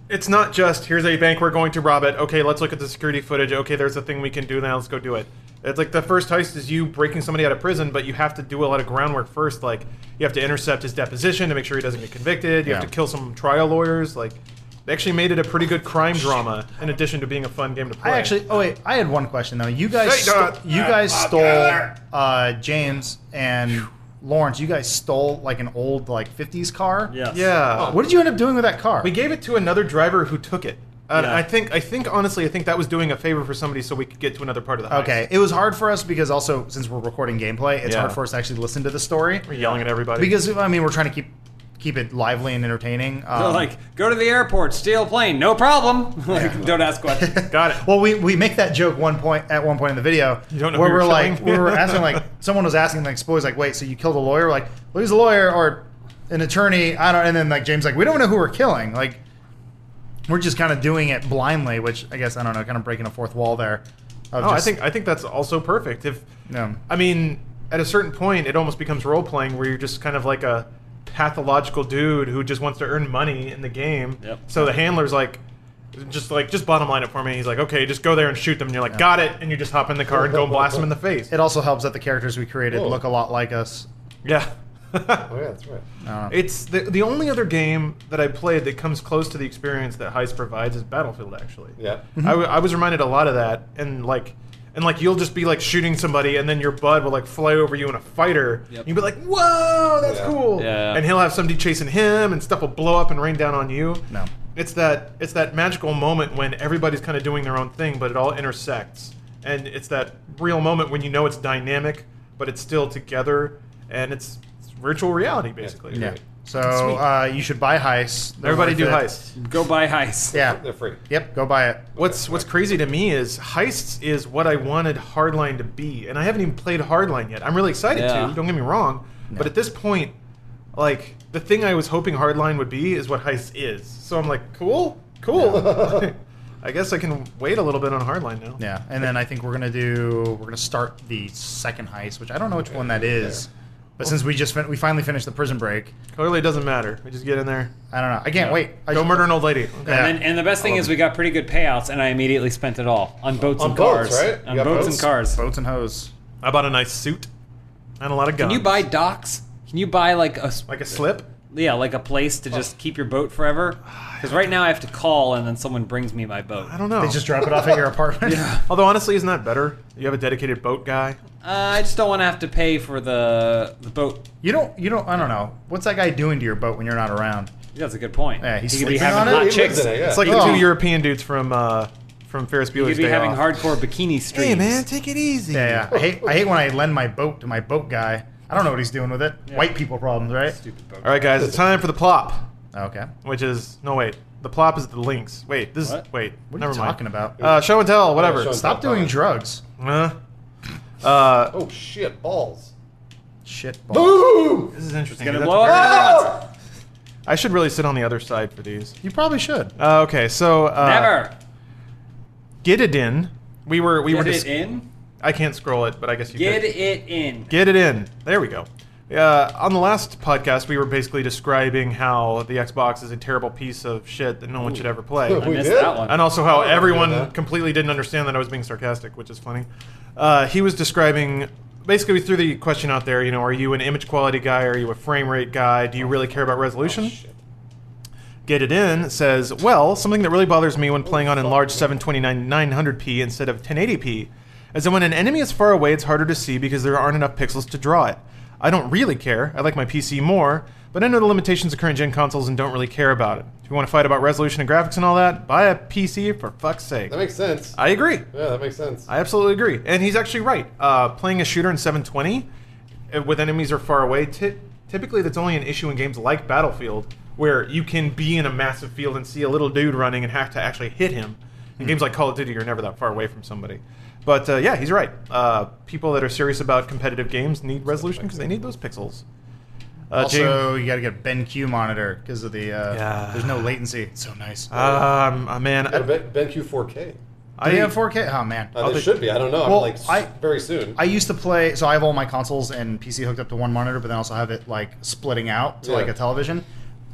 S2: It's not just here's a bank we're going to rob it. Okay, let's look at the security footage. Okay, there's a thing we can do now. Let's go do it. It's like the first heist is you breaking somebody out of prison, but you have to do a lot of groundwork first. Like you have to intercept his deposition to make sure he doesn't get convicted. You
S1: Yeah.
S2: have to kill some trial lawyers. Like they actually made it a pretty good crime drama in addition to being a fun game to play.
S1: I actually. Oh wait, I had one question though. You guys,
S2: Say
S1: sto-
S2: that.
S1: you guys stole uh, James and Lawrence. You guys stole like an old like '50s car.
S4: Yes.
S2: yeah.
S1: What did you end up doing with that car?
S2: We gave it to another driver who took it. And
S4: Yeah.
S2: I think, I think honestly, I think that was doing a favor for somebody so we could get to another part of the heist.
S1: okay, it was hard for us because also since we're recording gameplay, it's
S2: Yeah.
S1: hard for us to actually listen to the story
S2: We're yelling at everybody.
S1: because I mean we're trying to keep keep it lively and entertaining. Um,
S4: They're like, go to the airport, steal a plane, no problem. like,
S1: Yeah.
S4: Don't ask questions.
S2: got it.
S1: Well, we, we make that joke one point at one point in the video
S2: You don't know
S1: where
S2: who
S1: we're
S2: you're
S1: like
S2: showing.
S1: where we're asking like someone was asking like spoilers like wait so you killed a lawyer like well, he's a lawyer or an attorney I don't and then like James like we don't know who we're killing like we're just kind of doing it blindly which I guess I don't know kind of breaking a fourth wall there. of
S2: No, Oh, I
S1: just-
S2: think I think that's also perfect. If
S1: No.
S2: I mean, at a certain point, it almost becomes role playing where you're just kind of like a pathological dude who just wants to earn money in the game.
S4: Yep.
S2: So the handler's like, just like just bottom line it for me. He's like, okay, just go there and shoot them. And you're like, got it. And you just hop in the car and go and blast them in the face.
S1: it also helps that the characters we created
S3: Whoa.
S1: look a lot like us.
S2: Yeah.
S3: Oh yeah, that's right.
S1: I don't know.
S2: It's the the only other game that I played that comes close to the experience that Heist provides is Battlefield. Actually,
S3: Yeah.
S2: I, w- I was reminded a lot of that, and like, and like you'll just be like shooting somebody, and then your bud will like fly over you in a fighter.
S4: Yep.
S2: and You'll be like, "Whoa, that's
S3: Yeah.
S2: cool!"
S4: Yeah.
S2: And he'll have somebody chasing him, and stuff will blow up and rain down on you.
S1: No.
S2: It's that it's that magical moment when everybody's kind of doing their own thing, but it all intersects, and it's that real moment when you know it's dynamic, but it's still together, and it's, it's virtual reality basically.
S1: Yeah.
S3: Great.
S1: So
S2: Sweet.
S1: uh, you should buy Heist. They're
S2: Everybody
S1: worth it.
S2: do heists.
S4: go buy heist.
S1: Yeah.
S3: They're free.
S1: Yep. Go buy it.
S2: What's what's crazy to me is heists is what I wanted Hardline to be, and I haven't even played Hardline yet. I'm really excited
S4: Yeah.
S2: to. Don't get me wrong, but at this point, like the thing I was hoping Hardline would be is what heist is. So I'm like, cool, cool. I guess I can wait a little bit on Hardline now.
S1: Yeah, and then I think we're gonna do we're gonna start the second heist, which I don't know which one that is, but since we just fin- we finally finished the prison break,
S2: Clearly, it doesn't matter. We just get in there,
S1: I don't know. I can't wait. I
S2: go
S1: ju-
S2: murder an old lady. Okay.
S1: Yeah.
S4: And, and the best thing is we got pretty good payouts, and I immediately spent it all on boats
S3: On
S4: and cars.
S3: boats, right?
S4: On
S3: You got
S4: boats, and
S3: boats?
S4: cars.
S1: boats and hose.
S2: I bought a nice suit and a lot of guns.
S4: Can you buy docks? Can you buy like a s-
S2: like a slip?
S4: yeah like a place to just keep your boat forever? Because right now I have to call, and then someone brings me my boat.
S2: I don't know.
S1: They just drop it off at your apartment. yeah.
S2: Although honestly, isn't that better? You have a dedicated boat guy.
S4: Uh, I just don't want to have to pay for the the boat.
S1: You don't. You don't. I don't know. What's that guy doing to your boat when you're not around?
S4: That's a good point.
S1: Yeah, he's
S4: he could be
S1: sleeping
S4: having
S1: on it?
S4: hot
S1: He
S3: lives
S4: chicks.
S3: in it, yeah.
S2: It's like
S1: Oh.
S2: the two European dudes from uh, from Ferris Bueller's
S4: He could be
S2: Day
S4: having
S2: Off.
S4: hardcore bikini streams.
S2: Hey man, take it easy.
S1: Yeah, yeah. I hate. I hate when I lend my boat to my boat guy. I don't know what he's doing with it. White people problems, right?
S4: Stupid boat.
S2: All right, guys, it's time for the plop,
S1: Okay.
S2: which is no wait. The plop is the links. Wait, this is
S4: What?
S2: wait.
S1: What are
S2: never
S1: you
S2: mind.
S1: talking about?
S2: Uh, show and tell, whatever.
S3: Yeah, show
S1: Stop doing drugs.
S2: Huh? Uh,
S3: Oh shit, balls.
S1: Shit. balls.
S3: Boom!
S2: this is interesting.
S4: Gonna
S2: That's
S4: blow
S2: very-
S4: up.
S3: Ah!
S2: I should really sit on the other side for these.
S1: You probably should.
S2: Uh, okay, so uh,
S4: Never.
S2: Get it in. We were we
S4: Get
S2: were
S4: it
S2: dis-
S4: in.
S2: I can't scroll it, but I guess you
S4: Get
S2: could.
S4: it in.
S2: Get it in. There we go. Uh, on the last podcast, we were basically describing how the Xbox is a terrible piece of shit that no one should ever
S4: I
S2: play.
S3: We
S4: missed
S3: did?
S4: that one.
S2: and also how
S3: I remember
S2: everyone
S3: that.
S2: completely didn't understand that I was being sarcastic, which is funny. Uh, he was describing basically we threw the question out there. You know, are you an image quality guy? Are you a frame rate guy? Do you really care about resolution?
S3: Oh, Shit.
S2: Get it in says, well, something that really bothers me when playing on enlarged 729 900p instead of 1080p is that when an enemy is far away, it's harder to see because there aren't enough pixels to draw it. I don't really care. I like my PC more, but I know the limitations of current gen consoles and don't really care about it. If you want to fight about resolution and graphics and all that, buy a PC for fuck's sake.
S3: That makes sense.
S2: I agree.
S3: yeah, that makes sense.
S2: I absolutely agree, and he's actually right. Uh, playing a shooter in 720 uh, with enemies are far away. Ty- typically, that's only an issue in games like Battlefield, where you can be in a massive field and see a little dude running and have to actually hit him.
S3: Hmm.
S2: In games like Call of Duty, you're never that far away from somebody. But uh, yeah, he's right. Uh, people that are serious about competitive games need resolution because they need those pixels. Uh, James-
S1: also, you got to get a BenQ monitor because of the. Uh,
S2: Yeah.
S1: There's no latency. It's so nice.
S2: um, uh, man,
S3: Got a
S2: I,
S3: Ben- BenQ 4K.
S1: Do
S2: I
S1: they have 4K? Oh man.
S3: Uh,
S2: they-
S3: they should be. I don't know. I'm
S1: Well,
S3: like s-
S1: I-
S3: very soon.
S1: I used to play, so I have all my consoles and PC hooked up to one monitor, but then also have it like splitting out to
S3: Yeah.
S1: like a television.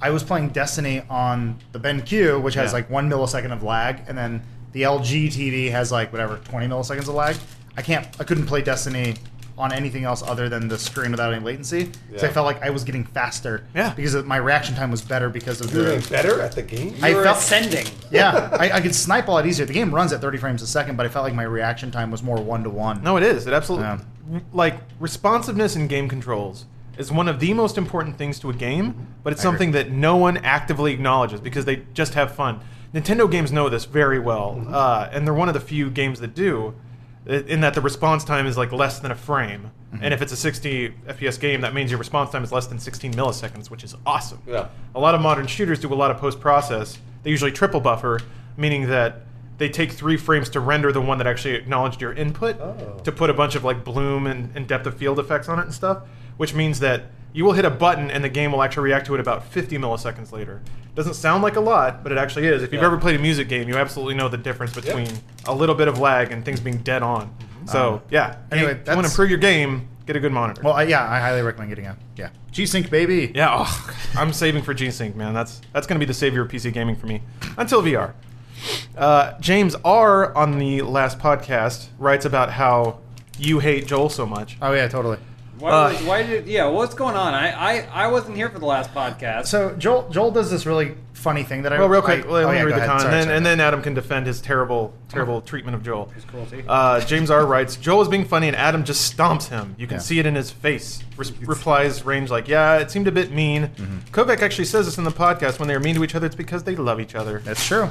S1: I was playing Destiny on the BenQ, which has
S2: Yeah.
S1: like one millisecond of lag, and then the LG TV has like whatever twenty milliseconds of lag. I can't, I couldn't play Destiny on anything else other than the screen without any latency because I
S3: Yeah.
S1: felt like I was getting faster.
S2: Yeah.
S1: because of, my reaction time was better because of
S3: You're
S1: the
S3: getting better at the game.
S1: I
S4: You're
S1: felt-
S4: ascending.
S1: yeah. I, I could snipe a lot easier. The game runs at thirty frames a second, but I felt like my reaction time was more one to one.
S2: No, it is. It absolutely
S1: Yeah.
S2: r- like responsiveness in game controls is one of the most important things to a game, but it's
S1: I agree.
S2: something that no one actively acknowledges because they just have fun. Nintendo games know this very well,
S1: Mm-hmm.
S2: uh, and they're one of the few games that do, i- in that the response time is like less than a frame.
S1: Mm-hmm.
S2: And if it's a 60 FPS game, that means your response time is less than 16 milliseconds, which is awesome.
S3: Yeah.
S2: A lot of modern shooters do a lot of post process. They usually triple buffer, meaning that they take three frames to render the one that actually acknowledged your input
S3: Oh.
S2: to put a bunch of like bloom and, and depth of field effects on it and stuff, which means that you will hit a button and the game will actually react to it about 50 milliseconds later. Doesn't sound like a lot, but it actually is. If you've
S3: Yeah.
S2: ever played a music game, you absolutely know the difference between a little bit of lag and things being dead on. So,
S1: Um,
S2: yeah.
S1: anyway,
S2: you want to
S1: that's-
S2: improve your game, get a good monitor.
S1: Well, I, yeah, I highly recommend getting a yeah G Sync baby.
S2: Yeah, oh, I'm saving for G-Sync, man. That's that's gonna be the savior of PC gaming for me until VR. Uh, James R on the last podcast writes about how you hate Joel so much.
S1: Oh yeah, totally.
S4: Why,
S2: Uh,
S4: why did? Yeah, what's going on? I, I I wasn't here for the last podcast.
S1: So Joel Joel does this really funny thing that I
S2: Well, real quick,
S1: I,
S2: let
S1: oh,
S2: me
S1: yeah,
S2: read
S1: go
S2: the
S1: ahead.
S2: con,
S1: Sorry,
S2: and, then,
S1: sorry.
S2: and then Adam can defend his terrible, terrible treatment of Joel.
S4: His cruelty.
S2: Uh, James R writes, Joel is being funny, and Adam just stomps him. You can
S1: Yeah.
S2: see it in his face. Re- replies Range like, "Yeah, it seemed a bit mean."
S1: Mm-hmm.
S2: Kovac actually says this in the podcast. When they are mean to each other, it's because they love each other.
S1: That's true.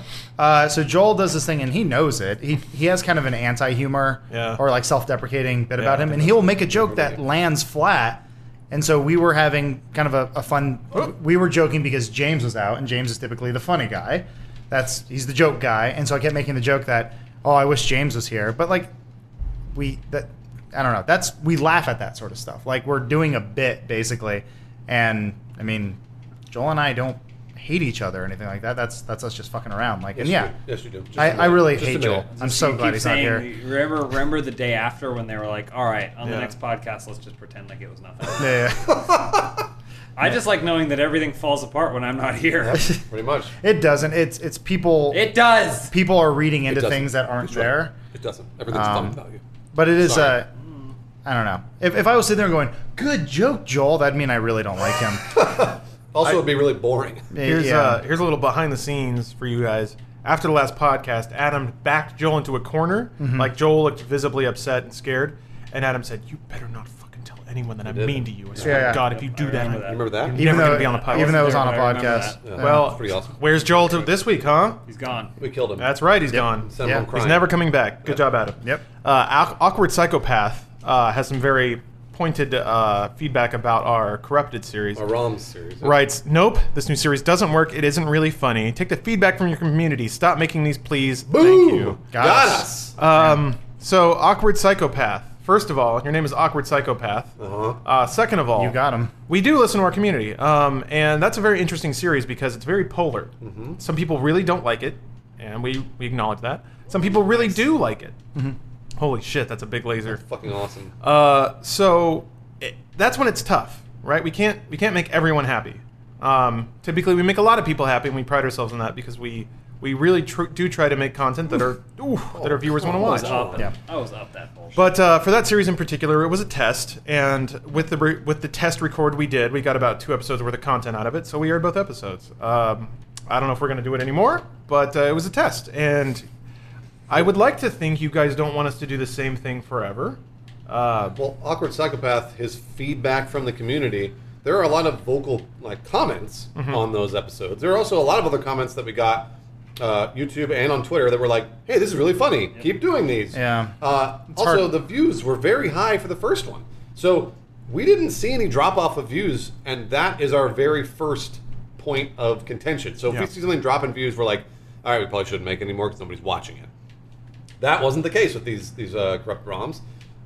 S1: Uh, so Joel does this thing, and he knows it. He he has kind of an anti humor
S2: Yeah.
S1: or like self deprecating bit about
S2: Yeah.
S1: him, and he'll make a joke that lands flat. And so we were having kind of a, a fun.
S2: Oh.
S1: We were joking because James was out, and James is typically the funny guy. That's he's the joke guy, and so I kept making the joke that oh, I wish James was here, but like we that I don't know. That's we laugh at that sort of stuff. Like we're doing a bit basically, and I mean, Joel and I don't hate each other or anything like that. That's that's us just fucking around. Like and
S3: Yes, you
S1: yeah,
S3: do. Yes, you do. Just
S1: I,
S3: a minute.
S1: I really
S3: Just a
S1: hate
S3: minute.
S1: Joel. I'm so
S4: You
S1: glad
S4: keep
S1: he's not
S4: saying,
S1: here.
S4: Remember, remember the day after when they were like, "All right, on
S2: Yeah.
S4: the next podcast, let's just pretend like it was nothing."
S1: Yeah, yeah.
S4: I just like knowing that everything falls apart when I'm not here.
S3: Pretty much.
S1: it doesn't. It's it's people.
S4: it does.
S1: people are reading into
S3: doesn't.
S1: things that aren't
S3: It's right.
S1: there.
S3: It doesn't. Everything's
S1: Um,
S3: dumb value.
S1: But it is.
S3: Sorry.
S1: Uh, I don't know. If, if I was sitting there going, "Good joke, Joel," that'd mean I really don't like him.
S3: Also, it'd be really boring.
S2: Here's
S1: yeah.
S2: uh, here's a little behind the scenes for you guys. After the last podcast, Adam backed Joel into a corner.
S1: Mm-hmm.
S2: Like Joel looked visibly upset and scared, and Adam said, "You better not fucking tell anyone that I'm
S3: did.
S2: mean to you. I swear
S1: Yeah,
S2: to
S1: yeah.
S2: God, if you
S4: Yep,
S2: do
S4: I
S2: that,
S4: remember
S2: I'm
S4: that.
S2: gonna-"
S3: Remember that?
S2: Even- never gonna be on the podcast.
S1: Even though it was on a
S4: I remember
S1: podcast.
S4: that.
S3: Yeah.
S2: well,
S3: That's pretty awesome.
S2: where's Joel to this week, huh?
S4: He's gone.
S3: we killed him.
S2: That's right, he's gone.
S3: Sent him
S1: Yeah.
S3: home
S1: He's
S3: crying.
S2: He's never coming back. Good job, Adam.
S1: Yep.
S2: Uh, Awk- Awkward Psychopath uh, has some very pointed uh, feedback about our Corrupted series.
S3: A ROM series.
S2: writes, Nope, this new series doesn't work. It isn't really funny. Take the feedback from your community. Stop making these, please.
S3: Boom!
S2: Thank you.
S1: Got
S3: Got,
S1: us.
S3: us.
S2: Um, so, Awkward Psychopath. First of all, your name is Awkward Psychopath.
S3: Uh-huh.
S2: Uh, second of all,
S1: you got him.
S2: we do listen to our community, um, and that's a very interesting series because it's very polar. Some people really don't like it, and we, we acknowledge that. Some people really do like it.
S1: Mm-hmm.
S2: Holy shit, that's a big laser.
S3: Fucking awesome.
S2: Uh, so it, that's when it's tough, right? We can't we can't make everyone happy. Um, typically, we make a lot of people happy, and we pride ourselves on that because we we really tr- do try to make content that are oof, that our viewers want to
S3: come
S2: watch.
S4: I was up.
S1: Yeah.
S4: I was up that bullshit.
S2: But uh, for that series in particular, it was a test, and with the re- with the test record we did, we got about two episodes worth of content out of it. So we aired both episodes. Um, I don't know if we're going to do it anymore, but uh, it was a test, and I would like to think you guys don't want us to do the same thing forever. Uh,
S3: Well, awkward psychopath. His feedback from the community. There are a lot of vocal like comments
S1: Mm-hmm.
S3: on those episodes. There are also a lot of other comments that we got uh, YouTube and on Twitter that were like, "Hey, this is really funny. Keep doing these."
S1: Yeah.
S3: Uh, also,
S1: hard.
S3: the views were very high for the first one, so we didn't see any drop off of views, and that is our very first point of contention. So if
S2: Yeah.
S3: we see something drop in views, we're like, "All right, we probably shouldn't make any more because nobody's watching it." that wasn't the case with these these uh, corrupt ROMs,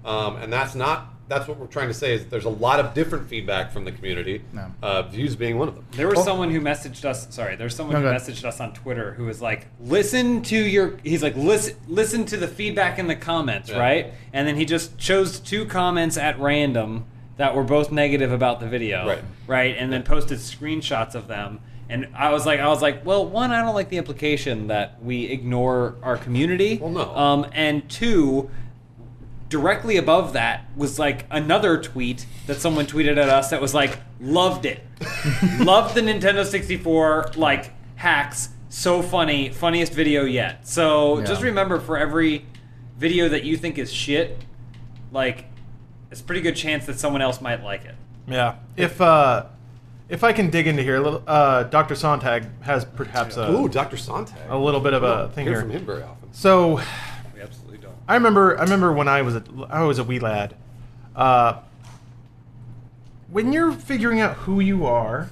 S3: um, and that's not that's what we're trying to say is there's a lot of different feedback from the community,
S1: No.
S3: uh, views being one of them.
S4: There was someone who messaged us. Sorry, there's someone
S1: Oh. No,
S4: who
S1: go ahead.
S4: messaged us on Twitter who was like, "Listen to your." He's like, "Listen, listen to the feedback in the comments,
S3: Yeah.
S4: right?" And then he just chose two comments at random that were both negative about the video,
S3: Right.
S4: Right, and then posted screenshots of them. And I was like, I was like, well, one, I don't like the implication that we ignore our community.
S3: Well, no.
S4: Um, and two, directly above that was like another tweet that someone tweeted at us that was like loved it loved the nintendo 64 like hacks so funny funniest video yet so
S1: Yeah.
S4: just remember for every video that you think is shit like it's a pretty good chance that someone else might like it
S2: yeah. If uh, if I can dig into here, a little, uh, Dr. Sontag has perhaps a,
S3: Ooh, Dr. Sontag.
S2: a little bit of a uh, thing
S3: hear
S2: here.
S3: from him very often.
S2: So
S4: we absolutely don't
S2: I remember I remember when I was a, I was a wee lad. Uh, when you're figuring out who you are,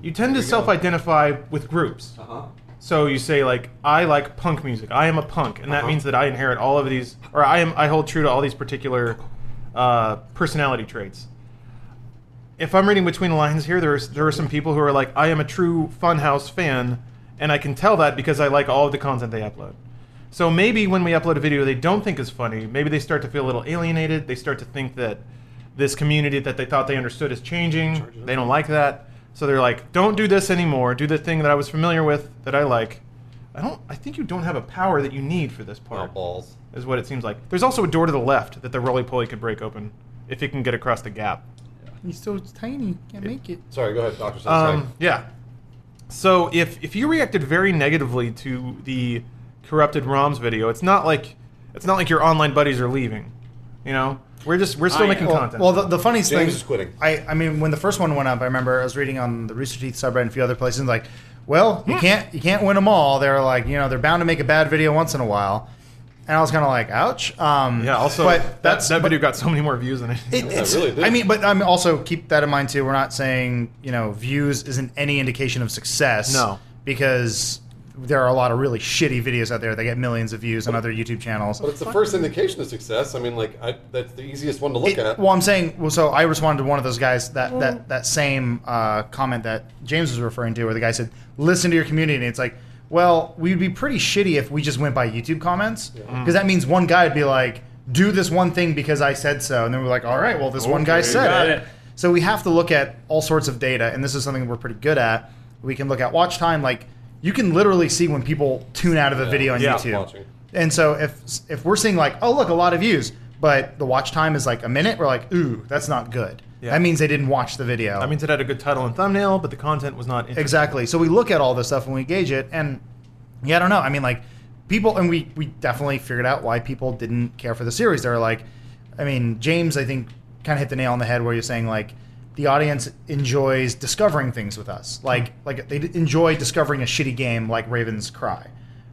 S2: you tend to self-identify with groups.
S3: Uh-huh.
S2: So you say like I like punk music. I am a punk, and that
S3: Uh-huh.
S2: means that I inherit all of these, or I am I hold true to all these particular uh, personality traits. If I'm reading between the lines here, there's there are some people who are like I am a true Funhouse fan, and I can tell that because I like all of the content they upload. So maybe when we upload a video they don't think is funny, maybe they start to feel a little alienated. They start to think that this community that they thought they understood is changing. They don't like that. So they're like, don't do this anymore. Do the thing that I was familiar with that I like. I don't I think you don't have a power that you need for this
S3: Oh,
S2: part.
S3: balls.
S2: Is what it seems like. There's also a door to the left that the roly poly could break open if it can get across the gap.
S1: He's so tiny, can't make it.
S3: Sorry, go ahead, Dr. Sontag.
S2: Um, yeah. So if if you reacted very negatively to the corrupted ROMs video, it's not like it's not like your online buddies are leaving. You know, we're just we're still
S4: I-
S2: making
S4: well-
S2: content.
S1: Well, the, the funniest
S3: James
S1: thing
S3: is quitting.
S1: I, I mean, when the first one went up, I remember I was reading on the Rooster Teeth subreddit and a few other places. Like, well, you can't you can't win them all. They're like, you know, they're bound to make a bad video once in a while. And I was kind of like, ouch. Um,
S2: yeah. Also,
S1: but
S2: that
S1: that's
S2: that
S1: but
S2: video got so many more views than it.
S1: It,
S3: Yeah,
S1: it's,
S3: it really did.
S1: I mean, but I'm also keep that in mind too. We're not saying you know views isn't any indication of success.
S2: No.
S1: because there are a lot of really shitty videos out there that get millions of views on other YouTube channels.
S3: but it's the first indication of success. I mean, like I, that's the easiest one to look
S1: It-
S3: at.
S1: well, I'm saying, well, so I responded to one of those guys that that that same uh, comment that James was referring to, where the guy said, "Listen to your community." And it's like, well, we'd be pretty shitty if we just went by YouTube comments, because that means one guy would be like, "Do this one thing because I said so," and then we're like, "All right, well, this one guy
S4: Okay,
S1: said
S4: got
S1: it.
S4: it.
S1: So we have to look at all sorts of data, and this is something we're pretty good at. We can look at watch time, like. You can literally see when people tune out of a
S3: Yeah,
S1: video on
S2: yeah,
S1: YouTube.
S3: watching.
S1: And so if if we're seeing like, oh look, a lot of views, but the watch time is like a minute, we're like, ooh, that's not good.
S2: Yeah.
S1: That means they didn't watch the video.
S2: That means it had a good title and thumbnail, but the content was not interesting.
S1: exactly. So we look at all this stuff and we gauge it, and yeah, I don't know. I mean, like people, and we we definitely figured out why people didn't care for the series. They're like, I mean, James, I think, kind of hit the nail on the head where you're saying like. The audience enjoys discovering things with us, like like they d- enjoy discovering a shitty game like Raven's Cry,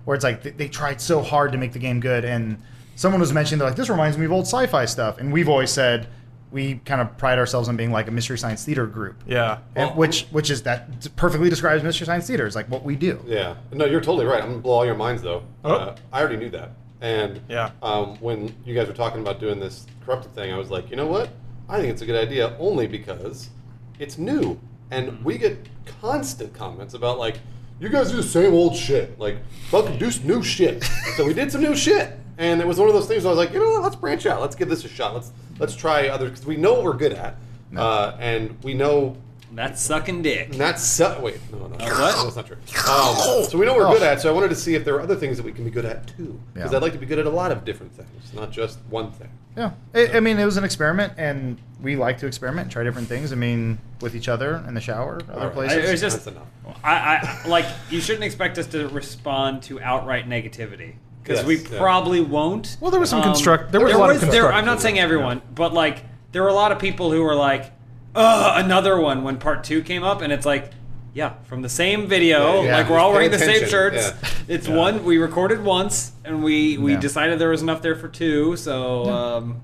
S1: where it's like they, they tried so hard to make the game good. And someone was mentioning they're like, this reminds me of old sci-fi stuff, and we've always said we kind of pride ourselves on being like a mystery science theater group,
S2: Yeah.
S1: and which which is that perfectly describes Mystery Science Theater. It's like what we do.
S3: Yeah. No, you're totally right. I'm gonna blow all your minds though.
S2: Oh.
S3: Uh, I already knew that. And
S2: Yeah.
S3: um, when you guys were talking about doing this corrupted thing, I was like, you know what? I think it's a good idea only because it's new,
S2: Mm-hmm.
S3: and we get constant comments about like, you guys do the same old shit. Like, fucking do some new shit. so we did some new shit, and it was one of those things. Where I was like, you know what? Let's branch out. Let's give this a shot. Let's let's try other because we know what we're good at, uh, and we know
S4: that's sucking dick
S3: not so. Wait, no, no,
S4: what?
S3: that's not true. Um, so we know we're good at. So I wanted to see if there are other things that we can be good at too, because
S1: Oh. Yeah.
S3: I'd like to be good at a lot of different things, not just one thing.
S1: Yeah, I I mean, it was an experiment, and we like to experiment, and try different things. I mean, with each other in the shower, other
S3: Alright.
S1: places.
S4: I- it's just
S3: That's enough.
S4: I, I like you shouldn't expect us to respond to outright negativity. because
S3: Yes,
S4: we
S3: yeah.
S4: probably won't. Um,
S2: Well, there was some construct- there was a lot of
S4: there,
S2: construct-
S4: I'm not saying everyone, but like there were a lot of people who were like, "Ugh, another one." When part two came up, and it's like, yeah, from the same video.
S3: Yeah, yeah.
S4: Like we're all
S3: Pay
S4: wearing the same
S3: attention,
S4: shirts.
S3: yeah.
S4: It's one we recorded once, and we we
S1: Yeah.
S4: decided there was enough there for two. So um,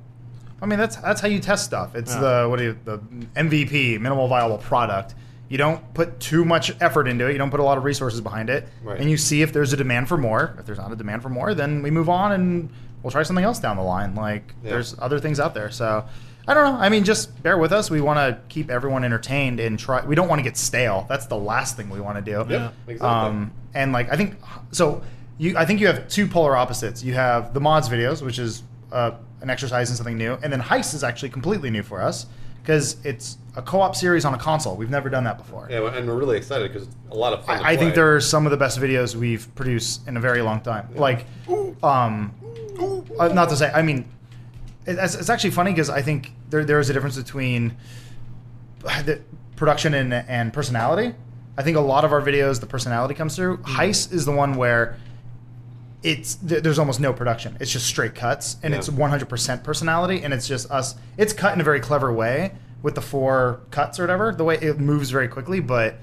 S1: I mean, that's that's how you test stuff. It's the what do you the MVP, minimal viable product. You don't put too much effort into it. You don't put a lot of resources behind it,
S3: Right.
S1: and you see if there's a demand for more. If there's not a demand for more, then we move on and we'll try something else down the line. Like
S3: Yeah.
S1: there's other things out there. So I don't know. I mean, just bear with us. We want to keep everyone entertained and try. We don't want to get stale. That's the last thing we want to do.
S3: Yep, exactly.
S1: Um, and like I think so you I think you have two polar opposites. You have the mods videos, which is uh, an exercise in something new, and then Heist is actually completely new for us because it's a co-op series on a console. We've never done that before.
S3: Yeah, and we're really excited because a lot of fun. to
S1: I, I think
S3: play.
S1: there are some of the best videos we've produced in a very long time. Like, um, uh, not to say, I mean, it, it's, it's actually funny because I think there there is a difference between the production and and personality. I think a lot of our videos, the personality comes through. Heist is the one where it's th- there's almost no production. It's just straight cuts, and
S3: Yeah.
S1: it's 100% personality, and it's just us. It's cut in a very clever way with the four cuts or whatever. The way it moves very quickly, but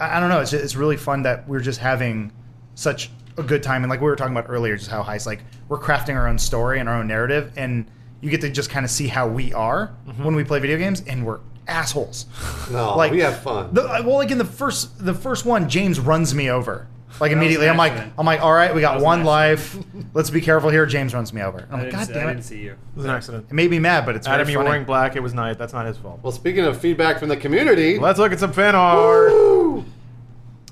S1: I, I don't know. It's it's really fun that we're just having such a good time, and like we were talking about earlier, just how Heist like we're crafting our own story and our own narrative, and you get to just kind of see how we are when we play video games, and we're assholes.
S3: No,
S1: like
S3: Oh, we have fun.
S1: The, uh, well, like in the first the first one, James runs me over. Like
S4: an
S1: immediately, I'm like,
S4: accident.
S1: I'm like, all right, we got
S4: was an
S1: one
S4: accident.
S1: life. Let's be careful here. James runs me over. And
S4: I
S2: Oh,
S1: I'm like,
S4: didn't
S1: God
S4: see- I
S1: damn
S4: didn't
S1: it!
S4: see you.
S2: was an accident.
S1: It made me mad, but it's very
S2: Adam, you're
S1: funny.
S2: wearing black. It was not. That's not his fault.
S3: well, speaking of feedback from the community,
S2: Let's look at some fan art.
S3: Woo!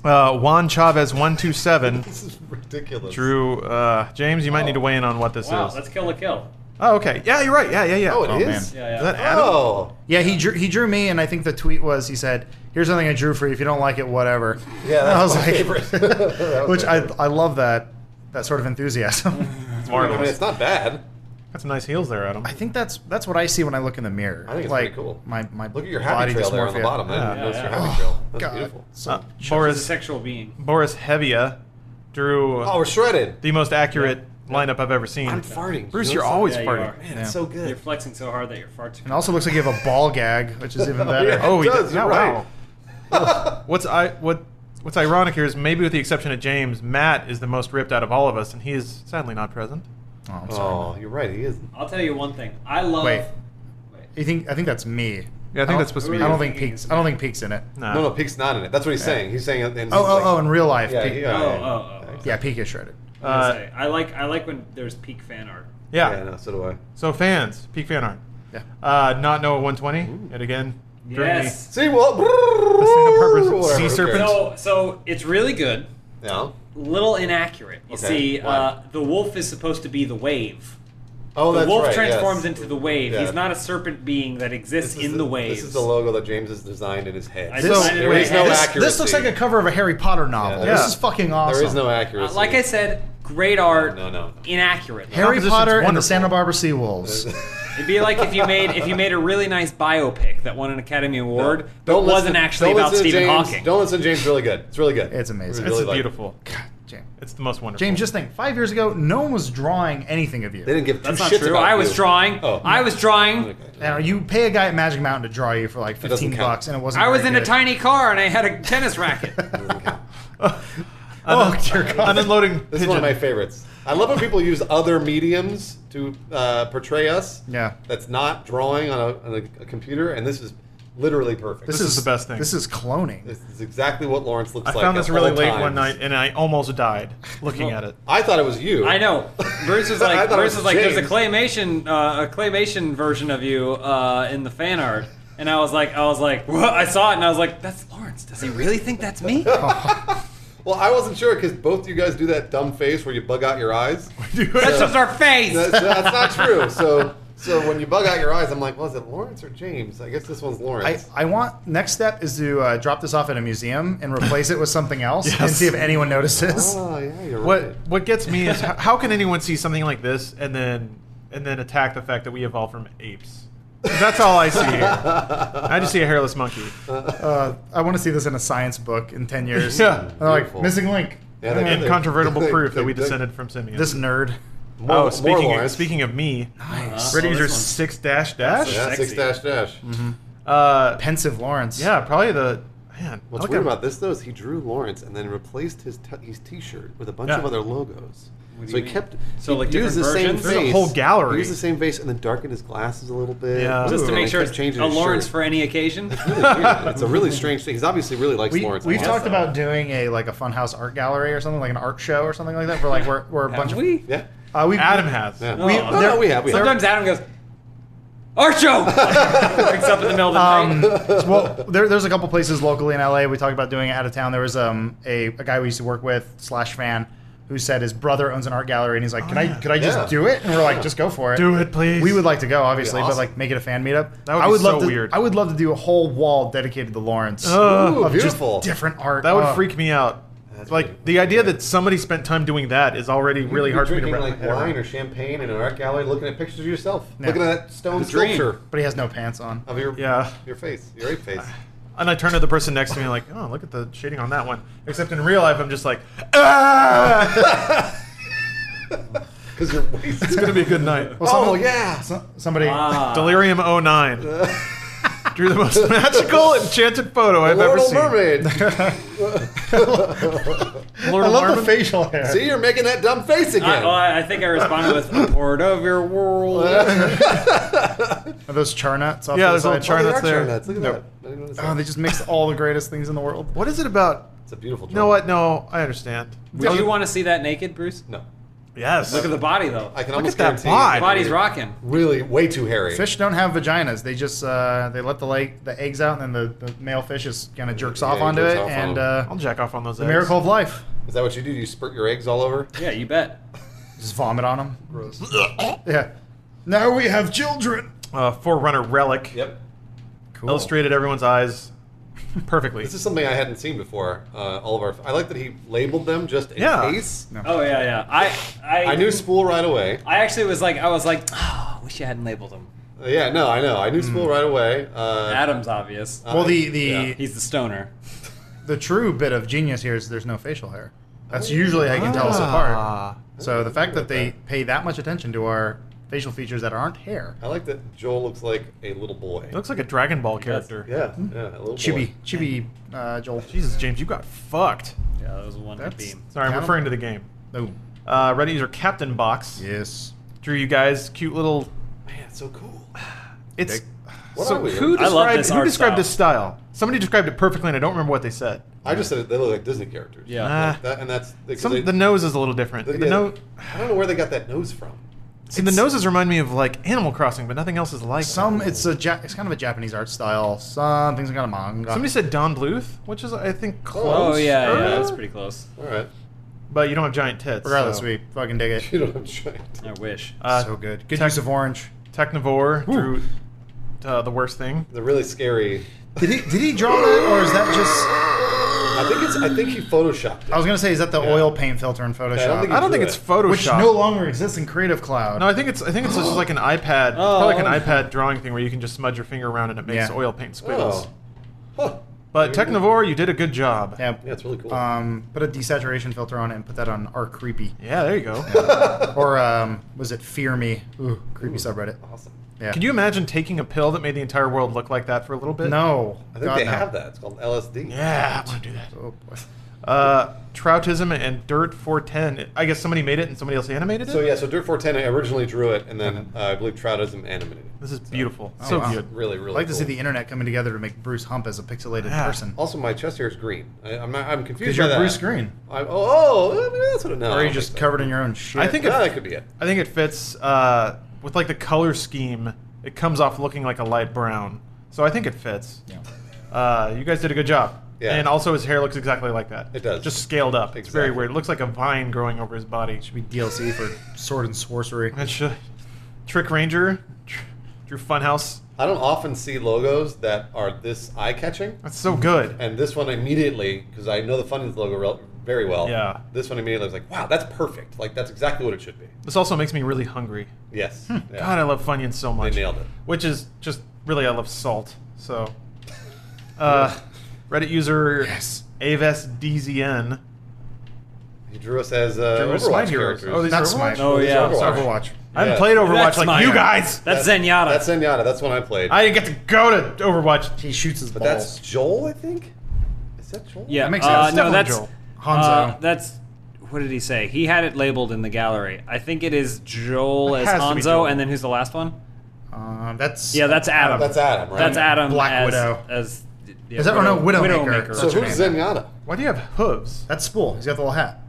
S2: Uh, Juan Chavez one two seven.
S3: this is ridiculous.
S2: Drew, uh, James, you might need to weigh in on what this
S4: Wow,
S2: is.
S4: let's kill a kill.
S2: Oh, okay. Yeah, you're right. Yeah, yeah, yeah.
S3: Oh, it is.
S1: Oh,
S4: Yeah, yeah.
S2: Is that Adam?
S3: Oh,
S1: Yeah, he drew, he drew me, and I think the tweet was he said, "Here's something I drew for you. If you don't like it, whatever."
S3: Yeah,
S1: And
S3: that's
S1: I was
S3: my
S1: like,
S3: favorite. That was
S1: which
S3: my
S1: I
S3: favorite.
S1: I love that that sort of enthusiasm.
S3: I
S2: It's
S3: mean,
S2: marvelous.
S3: it's not bad.
S2: Got some nice heels there, Adam. Uh,
S1: I think that's that's what I see when I look in the mirror.
S3: I think it's pretty
S1: like
S3: cool.
S1: my my
S3: Look at your happy
S1: body
S3: trail there on the
S1: dysmorphia.
S3: bottom. I didn't
S2: Yeah.
S3: notice your
S1: Yeah. Oh,
S3: happy trail. That's
S1: God,
S3: beautiful.
S1: so
S2: Uh,
S4: As a
S2: Boris
S4: sexual being.
S2: Boris Hevia drew
S3: Oh, we're shredded.
S2: the most accurate lineup I've ever seen.
S3: I'm farting.
S2: Bruce,
S3: You
S2: you're
S3: notice
S2: always
S4: Yeah, you
S2: farting.
S4: are.
S3: that? Man, it's
S1: Yeah.
S3: so
S4: You're
S3: good.
S4: flexing so hard that your farts.
S1: and also looks like you have a ball gag, which is even better.
S3: yeah.
S2: Oh, he
S3: It
S2: does.
S3: does,
S2: yeah,
S3: you're
S2: wow.
S3: right.
S2: Ugh. what's I what what's ironic here is maybe with the exception of James, Matt is the most ripped out of all of us, and he is sadly not present.
S1: Oh, I'm sorry.
S3: Oh, you're right. He is.
S4: I'll tell you one thing. I love.
S1: Wait.
S4: Wait.
S1: You think I think that's me.
S2: Yeah, I think
S1: don't-
S2: that's supposed to be.
S1: I
S4: you.
S1: don't think peaks. I don't think peaks in it.
S2: Nah.
S3: No, no, Peek's not in it. That's what he's saying. He's saying. And he's
S1: Oh, oh,
S3: like-
S1: oh! In real life,
S3: Yeah,
S1: Peak-
S3: he- uh,
S4: Oh,
S3: yeah, yeah,
S4: oh, oh, oh.
S1: yeah, Peak is shredded.
S4: I was
S2: Uh,
S4: gonna say, I like I like when there's peak fan art.
S2: Yeah.
S3: Yeah, no, so do I.
S2: So fans, peak fan art.
S1: Yeah.
S2: Uh, not Noah 120. Yet again. drew me.
S4: Yes.
S3: See, well,
S2: on purpose.
S3: whatever,
S2: Sea
S3: who
S2: serpent.
S3: cares?
S4: So so it's really good.
S3: Yeah.
S4: Little inaccurate. You
S3: Okay,
S4: see,
S3: why?
S4: uh, the wolf is supposed to be the wave.
S3: Oh,
S4: the
S3: that's
S4: wolf
S3: right,
S4: transforms
S3: yes.
S4: into the wave.
S3: Yeah.
S4: He's not a serpent being that
S3: This
S4: exists
S3: is
S4: in the, waves.
S3: This is the logo that James has designed in his head.
S4: I
S1: designed it
S3: there
S1: in my
S3: is no
S4: head.
S1: this,
S3: accuracy.
S1: this looks like a cover of a Harry Potter novel.
S3: Yeah.
S1: This is fucking awesome.
S3: There is no
S4: Uh,
S3: accuracy.
S4: like I said, great art.
S3: No, no, no.
S4: Inaccurate.
S1: Harry
S2: Composition's
S1: Potter and the
S2: wonderful.
S1: Santa Barbara Sea Wolves.
S4: It'd be like if you made if you made a really nice biopic that won an Academy Award, but
S3: Don't listen-
S4: wasn't actually
S3: don't
S4: about
S3: listen to
S4: Stephen
S3: James.
S4: Hawking.
S3: Don't listen to James. Really good. It's really good.
S1: It's amazing.
S3: We
S2: It's
S3: really like it.
S2: beautiful.
S1: God, James.
S2: It's the most wonderful.
S1: James, just think. Five years ago, no one was drawing anything of you.
S3: They didn't give two
S4: That's not
S3: shits
S4: true.
S3: about
S4: I was
S3: you.
S4: drawing.
S3: Oh.
S4: I was drawing.
S3: Okay.
S1: Now you pay a guy at Magic Mountain to draw you for like
S3: doesn't
S1: fifteen
S3: count.
S1: bucks, and it wasn't.
S4: I was
S1: very
S4: in a
S1: good.
S4: tiny car and I had a tennis racket.
S1: Oh dear God!
S2: unloading
S3: This is one
S2: pigeon.
S3: of my favorites. I love when people use other mediums to uh, portray us.
S1: Yeah.
S3: That's not drawing on, a, on a, a computer, and this is literally perfect.
S2: This is the best thing.
S1: This is cloning.
S3: This is exactly what Lawrence looks
S2: I
S3: like.
S2: found this
S3: at
S2: really
S3: all
S2: late
S3: times.
S2: one night, and I almost died looking
S4: Well-
S2: at it.
S3: I thought it was you.
S4: I know. Bruce is
S3: I
S4: like,
S3: thought it
S4: Bruce
S3: was
S4: is like, there's a
S3: James.
S4: claymation, uh, a claymation version of you uh, in the fan art, and I was like, I was like, what? I saw it and I was like, that's Lawrence. Does he really think that's me?
S1: Oh.
S3: Well, I wasn't sure because both you guys do that dumb face where you bug out your eyes.
S4: that's just our face.
S3: That's, that's not true. So, so when you bug out your eyes, I'm like, was it Lawrence or James? I guess this one's
S1: I,
S3: Lawrence.
S1: I want next step is to uh, drop this off at a museum and replace it with something else and see if anyone notices.
S3: oh yeah, you're
S2: What
S3: right.
S2: what gets me is how, how can anyone see something like this and then and then attack the fact that we evolved from apes? 'Cause That's all I see here. I just see a hairless monkey.
S1: Uh, I want to see this in a science book in ten years.
S2: Yeah.
S1: They're like
S3: Beautiful.
S1: missing link.
S3: Yeah, they-
S2: and
S3: they-
S2: controvertible
S3: they-
S2: proof
S3: they-
S2: that we
S3: they-
S2: descended from simians.
S1: This nerd.
S3: More-
S2: oh,
S3: more
S2: speaking of,
S3: Lawrence.
S2: speaking of me,
S4: Nice.
S2: Red
S4: Oh,
S2: Ranger
S4: this one's-
S2: six dash dash.
S3: yeah,
S4: Sexy.
S3: six dash dash.
S2: Uh,
S1: Pensive Lawrence.
S2: yeah, probably the man. I
S3: What's
S2: look
S3: weird
S2: at-
S3: about this though is he drew Lawrence and then replaced his t- his T-shirt with a bunch
S2: Yeah.
S3: of other logos.
S4: What do
S3: So
S4: you
S3: he
S4: mean?
S3: kept
S4: So,
S3: he
S4: like,
S3: used the
S4: different
S3: same
S4: versions?
S3: face.
S4: There's a
S2: whole gallery.
S3: He used the same face and then darkened his glasses a little bit.
S2: Yeah.
S4: Just to
S3: And
S4: make
S3: he
S4: sure
S3: kept
S4: it's
S3: changing
S4: a
S3: his
S4: Lawrence
S3: shirt.
S4: for any occasion.
S3: Really weird. it's a really strange thing. He's obviously really likes
S1: We,
S3: Lawrence.
S1: we've
S3: a lot.
S1: talked about doing a like a funhouse art gallery or something like an art show or something like that. Where like we're, we're a bunch
S4: Have
S1: of
S4: we?
S3: Yeah.
S1: Uh, we've,
S2: Adam has.
S3: Yeah.
S4: Oh.
S3: no, no, we have. We have.
S4: Sometimes Adam goes, Archo! Wakes up in the middle of the
S1: Um,
S4: night.
S1: well, there, there's a couple places locally in LA we talked about doing it out of town. There was um, a, a guy we used to work with slash fan who said his brother owns an art gallery, and he's like, "Can
S2: Oh, yeah.
S1: I could I just
S3: Yeah.
S1: do it?" And we're like, "Just go for it.
S2: Do it, please.
S1: We would like to go, obviously, but
S3: awesome.
S1: like make it a fan meetup.
S2: That would
S1: I
S2: be
S1: would
S2: so
S1: love to,
S2: weird.
S1: I would love to do a whole wall dedicated to Lawrence.
S2: Ugh.
S3: Ooh,
S1: of just
S3: beautiful.
S1: different art.
S2: That would
S1: Oh.
S2: freak me out.
S3: That's
S2: like
S3: pretty-
S2: the idea that somebody spent time doing that is already really
S3: You're
S2: hard for me to
S3: drinking
S2: wrap
S3: like
S2: my head around.
S3: wine or champagne in an art gallery, looking at pictures of yourself,
S1: Yeah.
S3: looking at that stone
S4: The dream.
S3: sculpture
S1: But he has no pants on.
S3: of your
S2: Yeah.
S3: your face, your ape face.
S2: And I turn to the person next to me like, oh, look at the shading on that one. Except in real life, I'm just like, ah!
S3: Because you're wasted.
S2: it's gonna be a good night. Oh,
S1: Well, someone-
S3: oh yeah.
S1: so- somebody.
S4: Ah.
S2: Delirium 09 drew the most magical enchanted photo I've ever
S3: Little
S2: seen.
S3: oh, Mermaid.
S2: Lord
S1: I love
S2: Mormon?
S1: the facial hair.
S3: See, you're making that dumb face
S4: I,
S3: again.
S4: well, I I think I responded with a part of your world.
S1: Are those char nuts? Off to
S2: Yeah,
S1: the
S2: there's little
S1: side?
S2: char
S3: they
S2: nuts
S3: are
S2: there.
S3: Charnuts. Look at
S2: Nope.
S3: that. I didn't notice
S1: Oh,
S3: that.
S1: they just mix all the greatest things in the world.
S2: What is it about?
S3: It's a beautiful.
S2: You know what? No, I understand.
S4: Would you want to see that naked, Bruce?
S3: No.
S2: Yes.
S4: Look at the body, though.
S3: I can
S2: Look
S3: almost
S2: at that
S3: guarantee.
S2: bod.
S4: The body's rocking.
S3: Really, way too hairy.
S1: Fish don't have vaginas. They just uh, they let the like the eggs out, and then the, the male fish just kind of jerks
S3: Yeah,
S1: off
S3: he
S1: onto
S3: jerks
S1: it,
S3: off on
S1: and
S3: them.
S2: I'll
S1: uh,
S2: jack off on those
S1: the
S2: eggs.
S1: miracle of life.
S3: Is that what you do? Do you spurt your eggs all over?
S4: Yeah, you bet.
S1: Just vomit on them.
S3: Gross.
S1: Yeah. Now we have children.
S2: Uh, Forerunner relic.
S3: yep.
S1: Cool.
S2: Illustrated everyone's eyes perfectly.
S3: This is something I hadn't seen before. Uh, all of our. I like that he labeled them just in
S2: Yeah.
S3: case.
S1: No.
S4: Oh yeah, yeah. I I,
S3: I knew spool right away.
S4: I actually was like, I was like, oh, wish you hadn't labeled him.
S3: Uh, yeah, no, I know. I knew
S2: Hmm.
S3: spool right away. Uh,
S4: Adam's obvious.
S3: uh,
S1: Well, the the
S3: yeah.
S4: He's the stoner.
S1: the true bit of genius here is there's no facial hair. That's usually how you can tell us apart.
S2: Ah.
S1: So the fact that they pay that much attention to our facial features that aren't hair.
S3: I like that Joel looks like a little boy.
S2: It looks like a Dragon Ball
S4: does.
S2: character.
S3: Yeah, yeah, a little
S1: Chibi,
S3: boy.
S1: chibi, uh, Joel.
S2: Jesus, James, you got fucked.
S4: Yeah, that was one
S1: That's-
S4: beam.
S2: Sorry, I'm
S1: Count.
S2: referring to the game.
S1: Oh,
S2: Uh, Reddit user Captain Box
S1: yes.
S2: drew you guys cute little.
S3: Man, it's so cool.
S2: It's
S1: Dick.
S3: What
S2: so
S3: are we?
S2: who described
S4: I love this
S2: who
S4: art
S2: described
S4: style.
S2: this style? Somebody described it perfectly, and I don't remember what they said.
S3: I just said it, they look like Disney characters.
S4: Yeah.
S2: Ah.
S3: That, and that's because
S2: Some,
S3: they-
S2: the nose is a little different.
S3: they-
S2: The,
S3: yeah,
S2: no,
S3: I don't know where they got that nose from.
S2: see, the noses remind me of like Animal Crossing, but nothing else is like.
S1: Some
S2: that.
S1: it's a ja- it's kind of a Japanese art style. Some things are kind of manga.
S2: Somebody said Don Bluth, which is I think close.
S4: Oh yeah, yeah, that was pretty close.
S3: All right,
S2: But you don't have giant tits.
S1: Regardless,
S2: so.
S1: we fucking dig it.
S3: you don't have giant.
S4: I wish.
S2: Uh,
S1: so good. Good use of orange.
S2: Technivore
S1: Woo.
S2: drew uh, the worst thing.
S3: They're really scary.
S1: Did he did he draw that or is that just?
S3: I think it's. I think he photoshopped it.
S1: I was gonna say, is that the
S3: Yeah.
S1: oil paint filter in Photoshop?
S3: Yeah, I don't think
S2: I don't
S3: Drew
S2: think
S3: it.
S2: it's Photoshop.
S1: which no longer exists in Creative Cloud.
S2: No, I think it's I think it's just like an iPad, it's probably like an
S4: Oh.
S2: iPad drawing thing where you can just smudge your finger around and it makes
S1: Yeah.
S2: oil paint squiggles.
S3: Oh. Huh.
S2: But
S3: Very cool.
S2: Technivore, you did a good job.
S1: yeah,
S3: Yeah, it's really cool.
S1: um, put a desaturation filter on it and put that on R creepy,
S2: Yeah, there you go.
S1: or um, was it Fear Me? Ooh, creepy subreddit.
S3: awesome.
S1: Yeah.
S2: Can you imagine taking a pill that made the entire world look like that for a little bit?
S1: No.
S3: I think
S1: God,
S3: they
S1: no.
S3: have that. It's called LSD.
S2: Yeah, I want to do that.
S1: Oh, boy.
S2: Uh, Troutism and Dirt 410. I guess somebody made it and somebody else animated it.
S3: So yeah, so Dirt 410 I originally drew it, and then uh, I believe Troutism animated it.
S2: This is beautiful.
S1: Oh,
S2: so
S1: wow.
S2: good.
S3: Really, really.
S1: I'd like to
S3: cool.
S1: see the internet coming together to make Bruce Hump as a pixelated
S2: Yeah.
S1: person.
S3: Also, my chest hair is green. I, I'm not, I'm confused
S1: Because
S3: by
S1: you're
S3: that.
S1: Bruce Green.
S3: I, oh, oh, maybe that's what it. No,
S1: Or
S3: I
S1: are you
S3: don't
S1: just
S3: think so.
S1: covered in your own shit?
S2: I think
S3: No, that could be it.
S2: I think it fits uh, with like the color scheme. It comes off looking like a light brown. So I think it fits.
S1: Yeah.
S2: Uh, you guys did a good job.
S3: Yeah.
S2: And also his hair looks exactly like that.
S3: It does.
S2: Just scaled up. It's very
S3: Exactly.
S2: weird. It looks like a vine growing over his body.
S1: should be DLC for Sword and Sorcery.
S2: It should- Trick Ranger, Tr- Drew Funhouse.
S3: I don't often see logos that are this eye catching,
S2: That's so good.
S3: and this one immediately because I know the Funyuns logo rel- very well.
S2: Yeah.
S3: This one immediately was like, wow, that's perfect. Like that's exactly what it should be.
S2: This also makes me really hungry.
S3: Yes. Yeah.
S2: God, I love Funyuns so much.
S3: nailed it.
S2: Which is just really, I love salt. So, uh, Reddit user
S1: Yes.
S2: Aves DZN
S3: drew us as uh,
S1: Drew us as my
S3: Overwatch
S1: heroes.
S3: characters.
S2: Oh, these
S1: Not
S2: are
S1: Smite.
S2: Overwatch.
S4: Oh,
S3: Those
S4: yeah.
S3: are
S1: It's
S3: Overwatch.
S1: Overwatch.
S2: I haven't
S3: Yeah.
S2: played Overwatch
S4: That's
S2: like
S4: my
S2: you
S4: era.
S2: guys.
S4: That's Zenyatta.
S3: That's Zenyatta. That's when I played.
S2: I didn't get to go to Overwatch.
S1: He shoots his
S3: but
S1: balls.
S3: that's Joel, I think. Is that Joel?
S4: yeah,
S1: That makes
S4: uh,
S1: sense.
S2: Definitely
S4: No, that's
S2: Joel.
S1: Hanzo.
S4: Uh, that's what did he say? He had it labeled in the gallery. I think it is Joel
S2: It
S4: as
S2: has to be
S4: Hanzo,
S2: Joel.
S4: and then who's the last one?
S1: Um, that's
S4: Yeah, that's Adam.
S3: That's Adam, right?
S4: That's Adam.
S1: Black
S4: as,
S1: Widow.
S4: As yeah,
S1: Is that- or no, Widowmaker.
S3: So
S1: That's her
S3: who's
S1: name.
S3: Zenyatta?
S2: Why do you have hooves?
S1: that's Spool. He's got the little hat.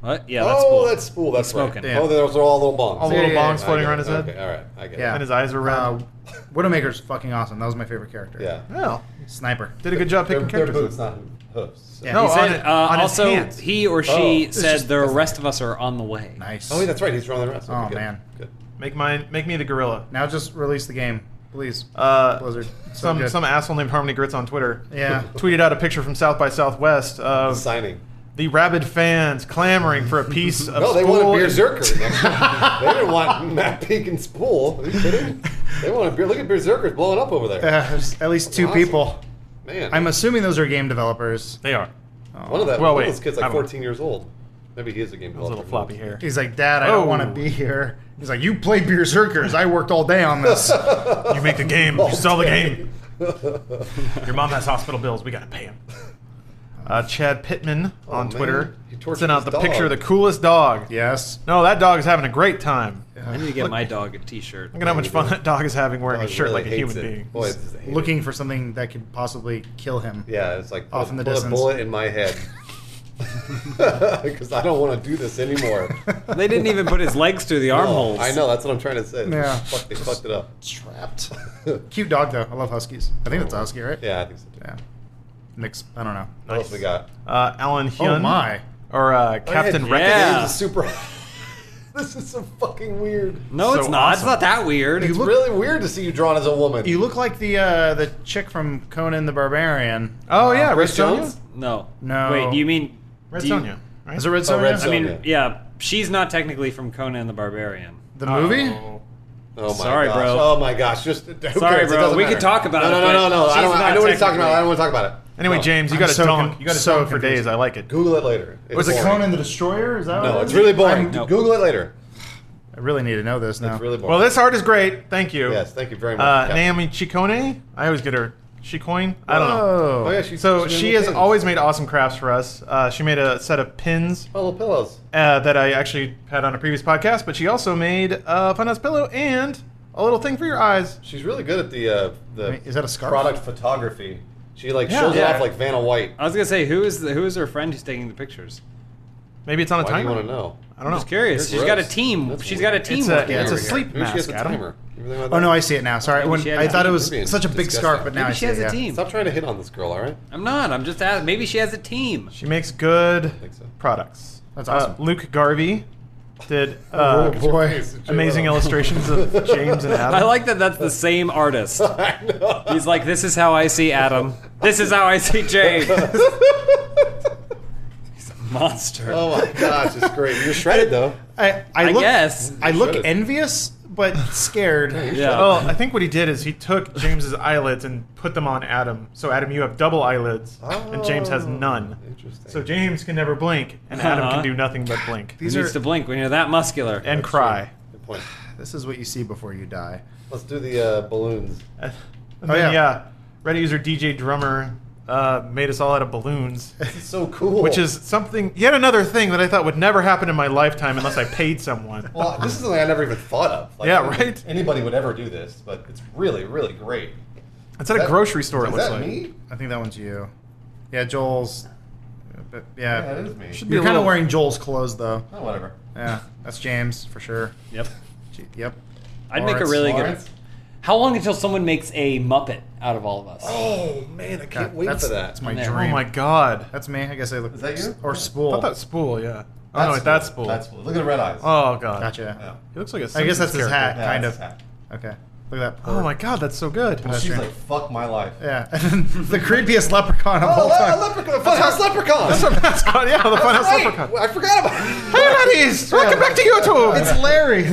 S4: what? Yeah, that's
S3: oh,
S4: cool.
S3: that's cool. That's
S4: He's smoking.
S3: Right.
S1: Yeah.
S3: Oh, those are all little bombs.
S2: All
S1: Yeah,
S2: little
S1: yeah, yeah.
S2: bongs floating
S3: I
S2: around
S3: get
S2: his
S3: it.
S2: head.
S3: Okay, all right, I get
S1: Yeah.
S2: And his eyes are red.
S1: Uh, Widowmaker's fucking awesome. That was my favorite character.
S3: it. Yeah.
S2: yeah.
S1: Sniper.
S2: Did a good job
S3: They're,
S2: picking
S3: they're
S2: characters.
S3: boots, not hooves. so-
S1: Yeah.
S2: No,
S4: He
S2: on
S4: said,
S2: it-
S4: uh,
S2: on his
S4: also,
S2: hands.
S4: he or
S3: Oh.
S4: she
S3: It's
S4: said
S3: just-
S4: the
S3: that's-
S4: rest of us are on the way.
S1: Nice.
S3: Oh, yeah, that's right. He's running around. Okay,
S1: Oh,
S3: good.
S1: man.
S3: Good.
S2: Make mine. Make me the gorilla.
S1: Now just release the game, please.
S2: Uh,
S1: Blizzard. So
S2: some
S1: good.
S2: some asshole named Harmony Grits on Twitter
S1: Yeah.
S2: tweeted out a picture from South by Southwest of
S3: Signing.
S2: the rabid fans clamoring for a piece of
S3: No, they
S2: Spool
S3: wanted
S2: and-
S3: Berserker next time. they didn't want Matt Peak and Spool. Are you kidding? They wanted Beer. Look at Berserker's blowing up over there.
S1: Uh, there's at least two
S3: Awesome.
S1: people.
S3: Man,
S1: I'm assuming those are game developers.
S2: They are.
S3: one of that.
S2: Well,
S3: one
S2: wait,
S3: of those kids
S2: I
S3: like
S2: don't know.
S3: 14 years old. Maybe he is a game
S2: Those
S3: developer.
S2: little floppy hair.
S1: He's like, Dad, I
S2: Oh.
S1: don't want to be here. He's like, You play Berserkers. I worked all day on this.
S2: You make the game. You sell the
S3: Oh, Okay.
S2: game. Your mom has hospital bills. We gotta pay him. Uh, Chad Pittman on
S3: Oh, man.
S2: Twitter
S3: He tortured
S2: sent out
S3: his
S2: the
S3: dog.
S2: picture of the coolest dog.
S1: yes.
S2: No, that dog is having a great time.
S4: I need to get my dog a T-shirt.
S2: Look at how much fun that dog is having wearing
S3: Oh,
S2: a
S3: he
S2: shirt
S3: really
S2: like a
S3: hates
S2: human
S3: it.
S2: being.
S3: Boy, it's just- I hate it.
S1: Looking for something that could possibly kill him.
S3: Yeah, it's like
S1: Off
S3: put,
S1: in the
S3: put a
S1: distance.
S3: bullet in my head because I don't want to do this anymore.
S4: They didn't even put his legs through the armholes.
S3: Oh, I know that's what I'm trying to say.
S1: Yeah.
S3: Fuck, they fucked it up.
S1: Trapped. Cute dog, though. I love Huskies. I think that's a Husky, right?
S3: Yeah, I think so. Too.
S1: Yeah. Nick's, I don't know.
S3: What else we got? Oh,
S2: Uh, Alan Hyun.
S1: Oh, my.
S2: Or uh, Captain
S4: yeah.
S2: Record.
S4: Yeah.
S3: This is super. this is so fucking weird.
S4: No,
S2: So
S4: it's not. It's
S2: awesome.
S4: not that weird.
S3: It's really weird to see you drawn as a woman.
S1: You look like the uh, the chick from Conan the Barbarian.
S2: Oh yeah, Red
S3: Chris
S2: Sonia.
S3: Jones?
S4: no.
S1: No.
S4: Wait, you mean
S2: Red
S4: do you-
S2: Sonia. Right?
S1: Uh, Is it Red
S3: Oh,
S1: Sonja?
S3: Red
S4: I mean,
S3: Sonia.
S4: yeah, she's not technically from Conan the Barbarian.
S1: The movie?
S2: Oh.
S3: Oh my
S4: Sorry,
S3: gosh.
S4: bro.
S3: Oh my gosh. Just who
S4: Sorry,
S3: cares? It
S4: bro.
S3: doesn't
S4: We
S3: matter.
S4: could talk about
S3: no,
S4: it,
S3: No,
S4: but
S3: no, no, no. I
S4: she's
S3: don't. I
S4: not
S3: know what he's talking
S4: technically-
S3: about. I don't want to talk about it.
S2: Anyway,
S3: No.
S2: James, you
S1: I'm
S2: got a
S1: so
S2: dunk.
S1: con-
S2: you got a
S1: so
S2: dunk for
S1: confused.
S2: days. I like it.
S3: Google it later. It's
S1: Was it
S3: boring.
S1: Conan the Destroyer? Is that
S3: No,
S1: what
S3: it's
S1: it
S3: really
S1: is?
S3: boring.
S4: No.
S3: Google it later.
S1: I really need to know this now.
S3: It's really boring.
S2: Well, this art is great. Thank you.
S3: Yes, thank you very much.
S2: Uh,
S3: Captain.
S2: Naomi Chicone. I always get her. Chicone. I don't know.
S1: Whoa.
S3: Oh yeah, she,
S2: So
S3: she's
S2: she
S3: doing
S2: has
S3: pins.
S2: always made awesome crafts for us. Uh, she made a set of pins
S3: oh, little pillows.
S2: uh, that I actually had on a previous podcast, but she also made a funhouse pillow and a little thing for your eyes.
S3: She's really good at the uh, the
S1: Wait, is that a scarf?
S3: product photography. She like
S2: Yeah.
S3: shows it
S2: Yeah. Oh,
S3: off like Vanna White.
S4: I was gonna say who is the, who is her friend who's taking the pictures?
S2: Maybe it's on a
S3: Why do you
S2: timer.
S3: want to know?
S2: I don't know.
S4: I'm just curious.
S3: You're
S4: She's got a
S3: gross.
S4: team.
S3: That's
S4: She's
S3: weird.
S4: got a team.
S2: It's a-
S4: working
S2: yeah, it's a
S4: over here.
S2: sleep
S3: Maybe she has a
S2: mask, Adam.
S3: timer. You really like
S1: Oh no,
S3: that?
S1: I see it now. Sorry,
S4: Maybe
S1: when,
S4: she had
S1: I
S4: a-
S1: thought it was
S3: Maybe it's
S1: such a big
S3: disgusting.
S1: scarf, but now
S4: Maybe
S1: I
S4: she
S1: see
S4: has
S1: it,
S4: a
S1: yeah.
S4: team.
S3: Stop trying to hit on this girl, all right?
S4: I'm not. I'm just asking. Maybe she has a team.
S2: She makes good
S3: think so.
S2: products.
S1: That's
S2: Uh,
S1: awesome.
S2: Luke Garvey did
S1: Oh
S2: uh,
S1: boy,
S2: amazing illustrations of James and Adam.
S4: I like that. That's the same artist. He's like, this is how I see Adam. This is how I see James. He's a monster.
S3: Oh my gosh, it's great. You're shredded though.
S1: I, I,
S4: I
S1: look,
S4: guess.
S1: I look
S3: Shredded.
S1: envious but scared.
S4: Yeah.
S2: Well, Oh, I think what he did is he took James's eyelids and put them on Adam. So Adam, you have double eyelids, and James has none.
S3: Oh, Interesting.
S2: So James can never blink, and Adam
S4: Uh-huh.
S2: can do nothing but blink
S4: Who
S1: These
S4: needs
S1: are-
S4: to blink when you're that muscular?
S2: and cry.
S3: Good point.
S1: This is what you see before you die.
S3: Let's do the uh, balloons.
S2: And
S1: Oh, yeah.
S2: then, yeah. Reddit user DJ Drummer uh, made us all out of balloons,
S3: It's so cool.
S2: which is something yet another thing that I thought would never happen in my lifetime unless I paid someone.
S3: well, this is something I never even thought of. Like,
S2: Yeah,
S3: I don't think
S2: right?
S3: Anybody would ever do this, but it's really, really great.
S2: It's at a
S3: That-
S2: grocery store. It
S3: Is
S2: looks
S3: that
S2: like.
S3: me?
S1: I think that one's you. Yeah, Joel's. But
S3: Yeah,
S1: yeah,
S3: it is me.
S2: Should be
S1: you're
S2: a
S1: kind
S2: little-
S1: of wearing Joel's clothes though.
S3: Oh, whatever.
S1: Yeah, that's James for sure.
S4: Yep.
S1: Gee, Yep.
S4: I'd make a
S1: Lawrence.
S4: really good.
S3: Lawrence?
S4: How long until someone makes a Muppet out of all of us?
S3: Oh man, I can't
S1: God,
S3: wait
S1: that's,
S3: for that.
S1: That's my
S4: There.
S2: Oh
S1: dream.
S2: my god!
S1: That's me. I guess I look.
S3: Is that you?
S1: Or
S2: I
S1: spool.
S2: thought that was spool. Yeah. Oh no, wait, that's spool.
S3: That's cool. Look at the red eyes.
S2: Oh god.
S1: Gotcha.
S2: He looks like a.
S1: I guess
S2: Simpsons
S1: that's his
S2: character.
S1: hat,
S3: Yeah,
S1: kind
S3: that's
S1: of.
S3: his hat.
S1: Okay. Look at that.
S2: Oh
S1: poor-
S2: my god, that's so good.
S1: That's
S3: She's
S1: true.
S3: like, fuck my life.
S1: Yeah, and then the creepiest leprechaun of
S3: Oh,
S1: all
S3: le-
S1: time.
S3: leprechaun, funhouse leprechaun. That's
S2: yeah, the funhouse
S3: right.
S2: leprechaun.
S3: I forgot about it.
S2: Hey, buddies! Welcome back to YouTube.
S1: It's Larry.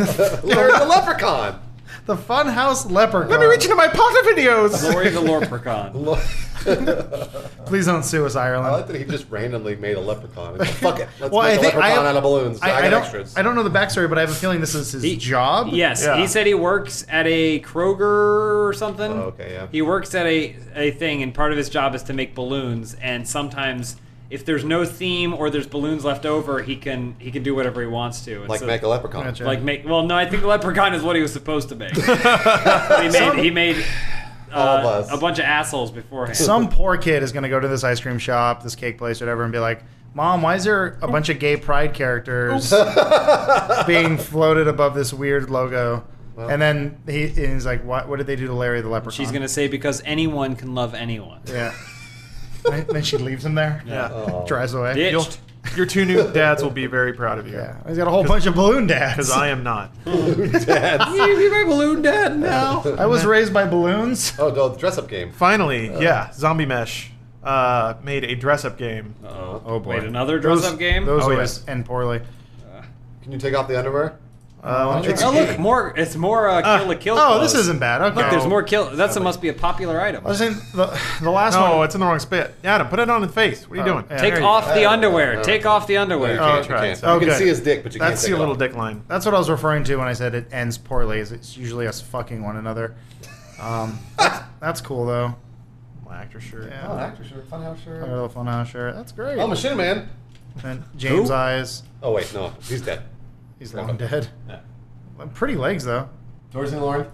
S3: Larry the leprechaun.
S1: The Funhouse Leprechaun.
S2: Let me reach into my pot of videos.
S4: Glory to Lorprecon.
S1: Please don't sue us, Ireland.
S3: I like that he just randomly made a leprechaun. It's Like, Fuck it, let's
S1: Well,
S3: make
S1: I
S3: a
S1: think I-
S3: leprechaun out of balloons. I,
S1: I, I
S3: got
S1: don't.
S3: extras.
S1: I don't know the backstory, but I have a feeling this is his job.
S4: Yes,
S1: Yeah.
S4: he said he works at a Kroger or something.
S3: Oh, okay, yeah.
S4: He works at a a thing, and part of his job is to make balloons. And sometimes, if there's no theme or there's balloons left over, he can he can do whatever he wants to. And
S3: like
S4: so-
S3: make a leprechaun.
S1: Gotcha.
S4: like make. Well, no, I think Leprechaun is what he was supposed to make. he made he made
S3: All of
S4: uh,
S3: us.
S4: a bunch of assholes beforehand.
S1: Some poor kid is going to go to this ice cream shop, this cake place, whatever, and be like, "Mom, why is there a bunch of gay pride characters being floated above this weird logo?" and then he and he's like, "What? What did they do to Larry the leprechaun?"
S4: She's gonna say because anyone can love anyone.
S1: Yeah. And then she leaves him there.
S2: Yeah.
S1: Drives away.
S4: Bitch.
S2: You'll, your two new dads will be very proud of you.
S1: Yeah. He's got a whole bunch of balloon dads.
S2: Because I am not.
S4: you be my balloon dad now.
S1: I was raised by balloons.
S3: Oh no, the dress-up game.
S2: Finally,
S1: Uh.
S2: yeah, Zombie Mesh uh, made a dress-up game.
S4: Uh,
S2: Uh,
S1: Oh boy.
S4: Wait, another dress-up game?
S1: Those
S2: Oh,
S1: always
S2: yeah.
S1: end poorly.
S3: Can you take off the underwear?
S2: Uh, it's-
S4: Oh look, more. It's more uh, kill the kill.
S1: Oh, this
S4: clothes.
S1: isn't bad. Okay.
S4: Look, there's more kill. That's a, must be a popular item.
S1: I was saying the, the last
S2: no,
S1: one.
S2: it's in the wrong spit. Adam, put it on the face. What are you
S1: Oh,
S2: doing?
S1: yeah.
S4: Take
S1: there you
S4: off the
S3: Uh,
S4: underwear.
S3: uh,
S4: Take off the
S3: No, you
S4: underwear.
S3: can't.
S1: Oh.
S2: that's
S3: you
S2: right.
S3: can't. You
S1: Okay.
S3: can see his dick, but you
S2: That's
S3: can't.
S2: your
S3: take it
S2: little
S3: off.
S2: dick line.
S1: That's what I was referring to when I said it ends poorly. Is it's usually us fucking one another. Um, that's, that's cool though.
S2: My actor shirt. Uh,
S1: Yeah.
S3: Oh, actor shirt, funhouse
S1: I
S3: shirt.
S1: got a phone out sure. That's great.
S3: Oh, Machine Man.
S1: And James
S4: Who?
S1: Eyes.
S3: Oh wait, no, he's dead.
S1: He's long dead. Pretty legs though.
S3: Dorsey Lauren.
S1: Uh,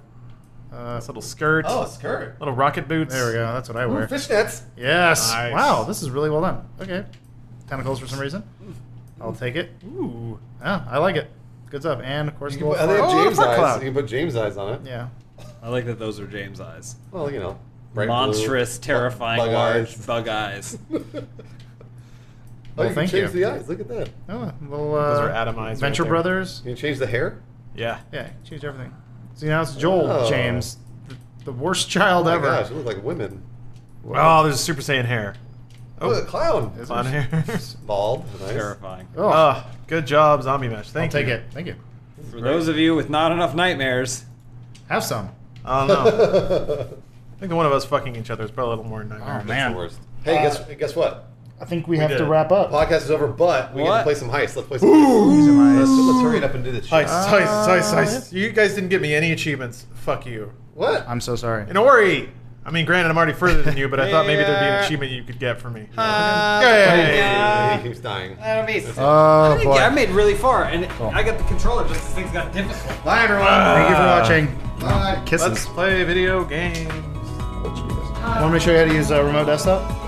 S2: Nice little skirt.
S3: Oh, a skirt.
S2: Little rocket boots.
S1: there we go. That's what I wear.
S3: Fishnets.
S1: Yes.
S2: Nice.
S1: Wow, this is really well done. Okay. Tentacles for some reason. I'll take it.
S2: Ooh.
S1: Yeah, I like it. Good stuff. And of course,
S3: You
S1: the
S3: can put, and
S1: little
S3: they have
S1: frog-
S3: James
S1: oh, frog
S3: eyes.
S1: cloud.
S3: You can put James eyes on it.
S1: Yeah.
S4: I like that those are James' eyes.
S3: Well, you know, bright blue,
S4: Monstrous,
S3: bu-
S4: terrifying,
S3: bug
S4: large
S3: eyes.
S4: bug eyes.
S3: Oh,
S1: Well,
S3: you can
S1: thank
S3: change
S1: you.
S3: the eyes. Look at that.
S1: Oh, little. Uh,
S2: Those are Adam eyes right
S1: Venture
S2: there.
S1: Brothers.
S3: You can change the hair.
S2: Yeah.
S1: Yeah, changed everything. See, now it's Joel
S3: Oh.
S1: James, the, the worst child
S3: Oh my
S1: ever.
S3: gosh, it looks like women.
S2: Oh, there's a Super Saiyan hair.
S3: Oh, look, a clown.
S1: Is
S2: On
S1: it?
S2: hair.
S3: Bald. Nice.
S4: Terrifying.
S1: Oh,
S2: oh, good job, Zombie Mesh.
S1: I'll
S2: Thank
S1: take
S2: you.
S1: it. Thank you.
S4: For those of you with not enough nightmares,
S1: Have some.
S3: Oh,
S2: I don't know. I think the one of us fucking each other is probably a little more nightmare.
S1: Oh,
S3: That's
S1: man.
S3: the worst. Hey, guess guess what?
S1: I think we, have
S2: did
S1: to
S2: it.
S1: wrap up.
S3: Podcast is over, but we get
S4: What?
S3: to play some heist. Let's play some. Ooh. Let's, let's hurry it up and do this. Shit.
S2: Ice, ice, ice, ice. You guys didn't give me any achievements. Fuck you.
S3: What?
S1: I'm so sorry.
S2: And Ori! I mean, granted, I'm already further than you, but I thought maybe there'd be an achievement you could get for me. Yay!
S3: Hey, he keeps dying.
S4: that'll be.
S1: Uh, Oh,
S4: I,
S1: boy.
S4: I made really far, and I got the controller just as things got difficult.
S1: Bye, everyone. Thank you for watching.
S3: Bye.
S1: Kisses.
S2: Let's play video games.
S1: Want me to show you how to use a remote desktop?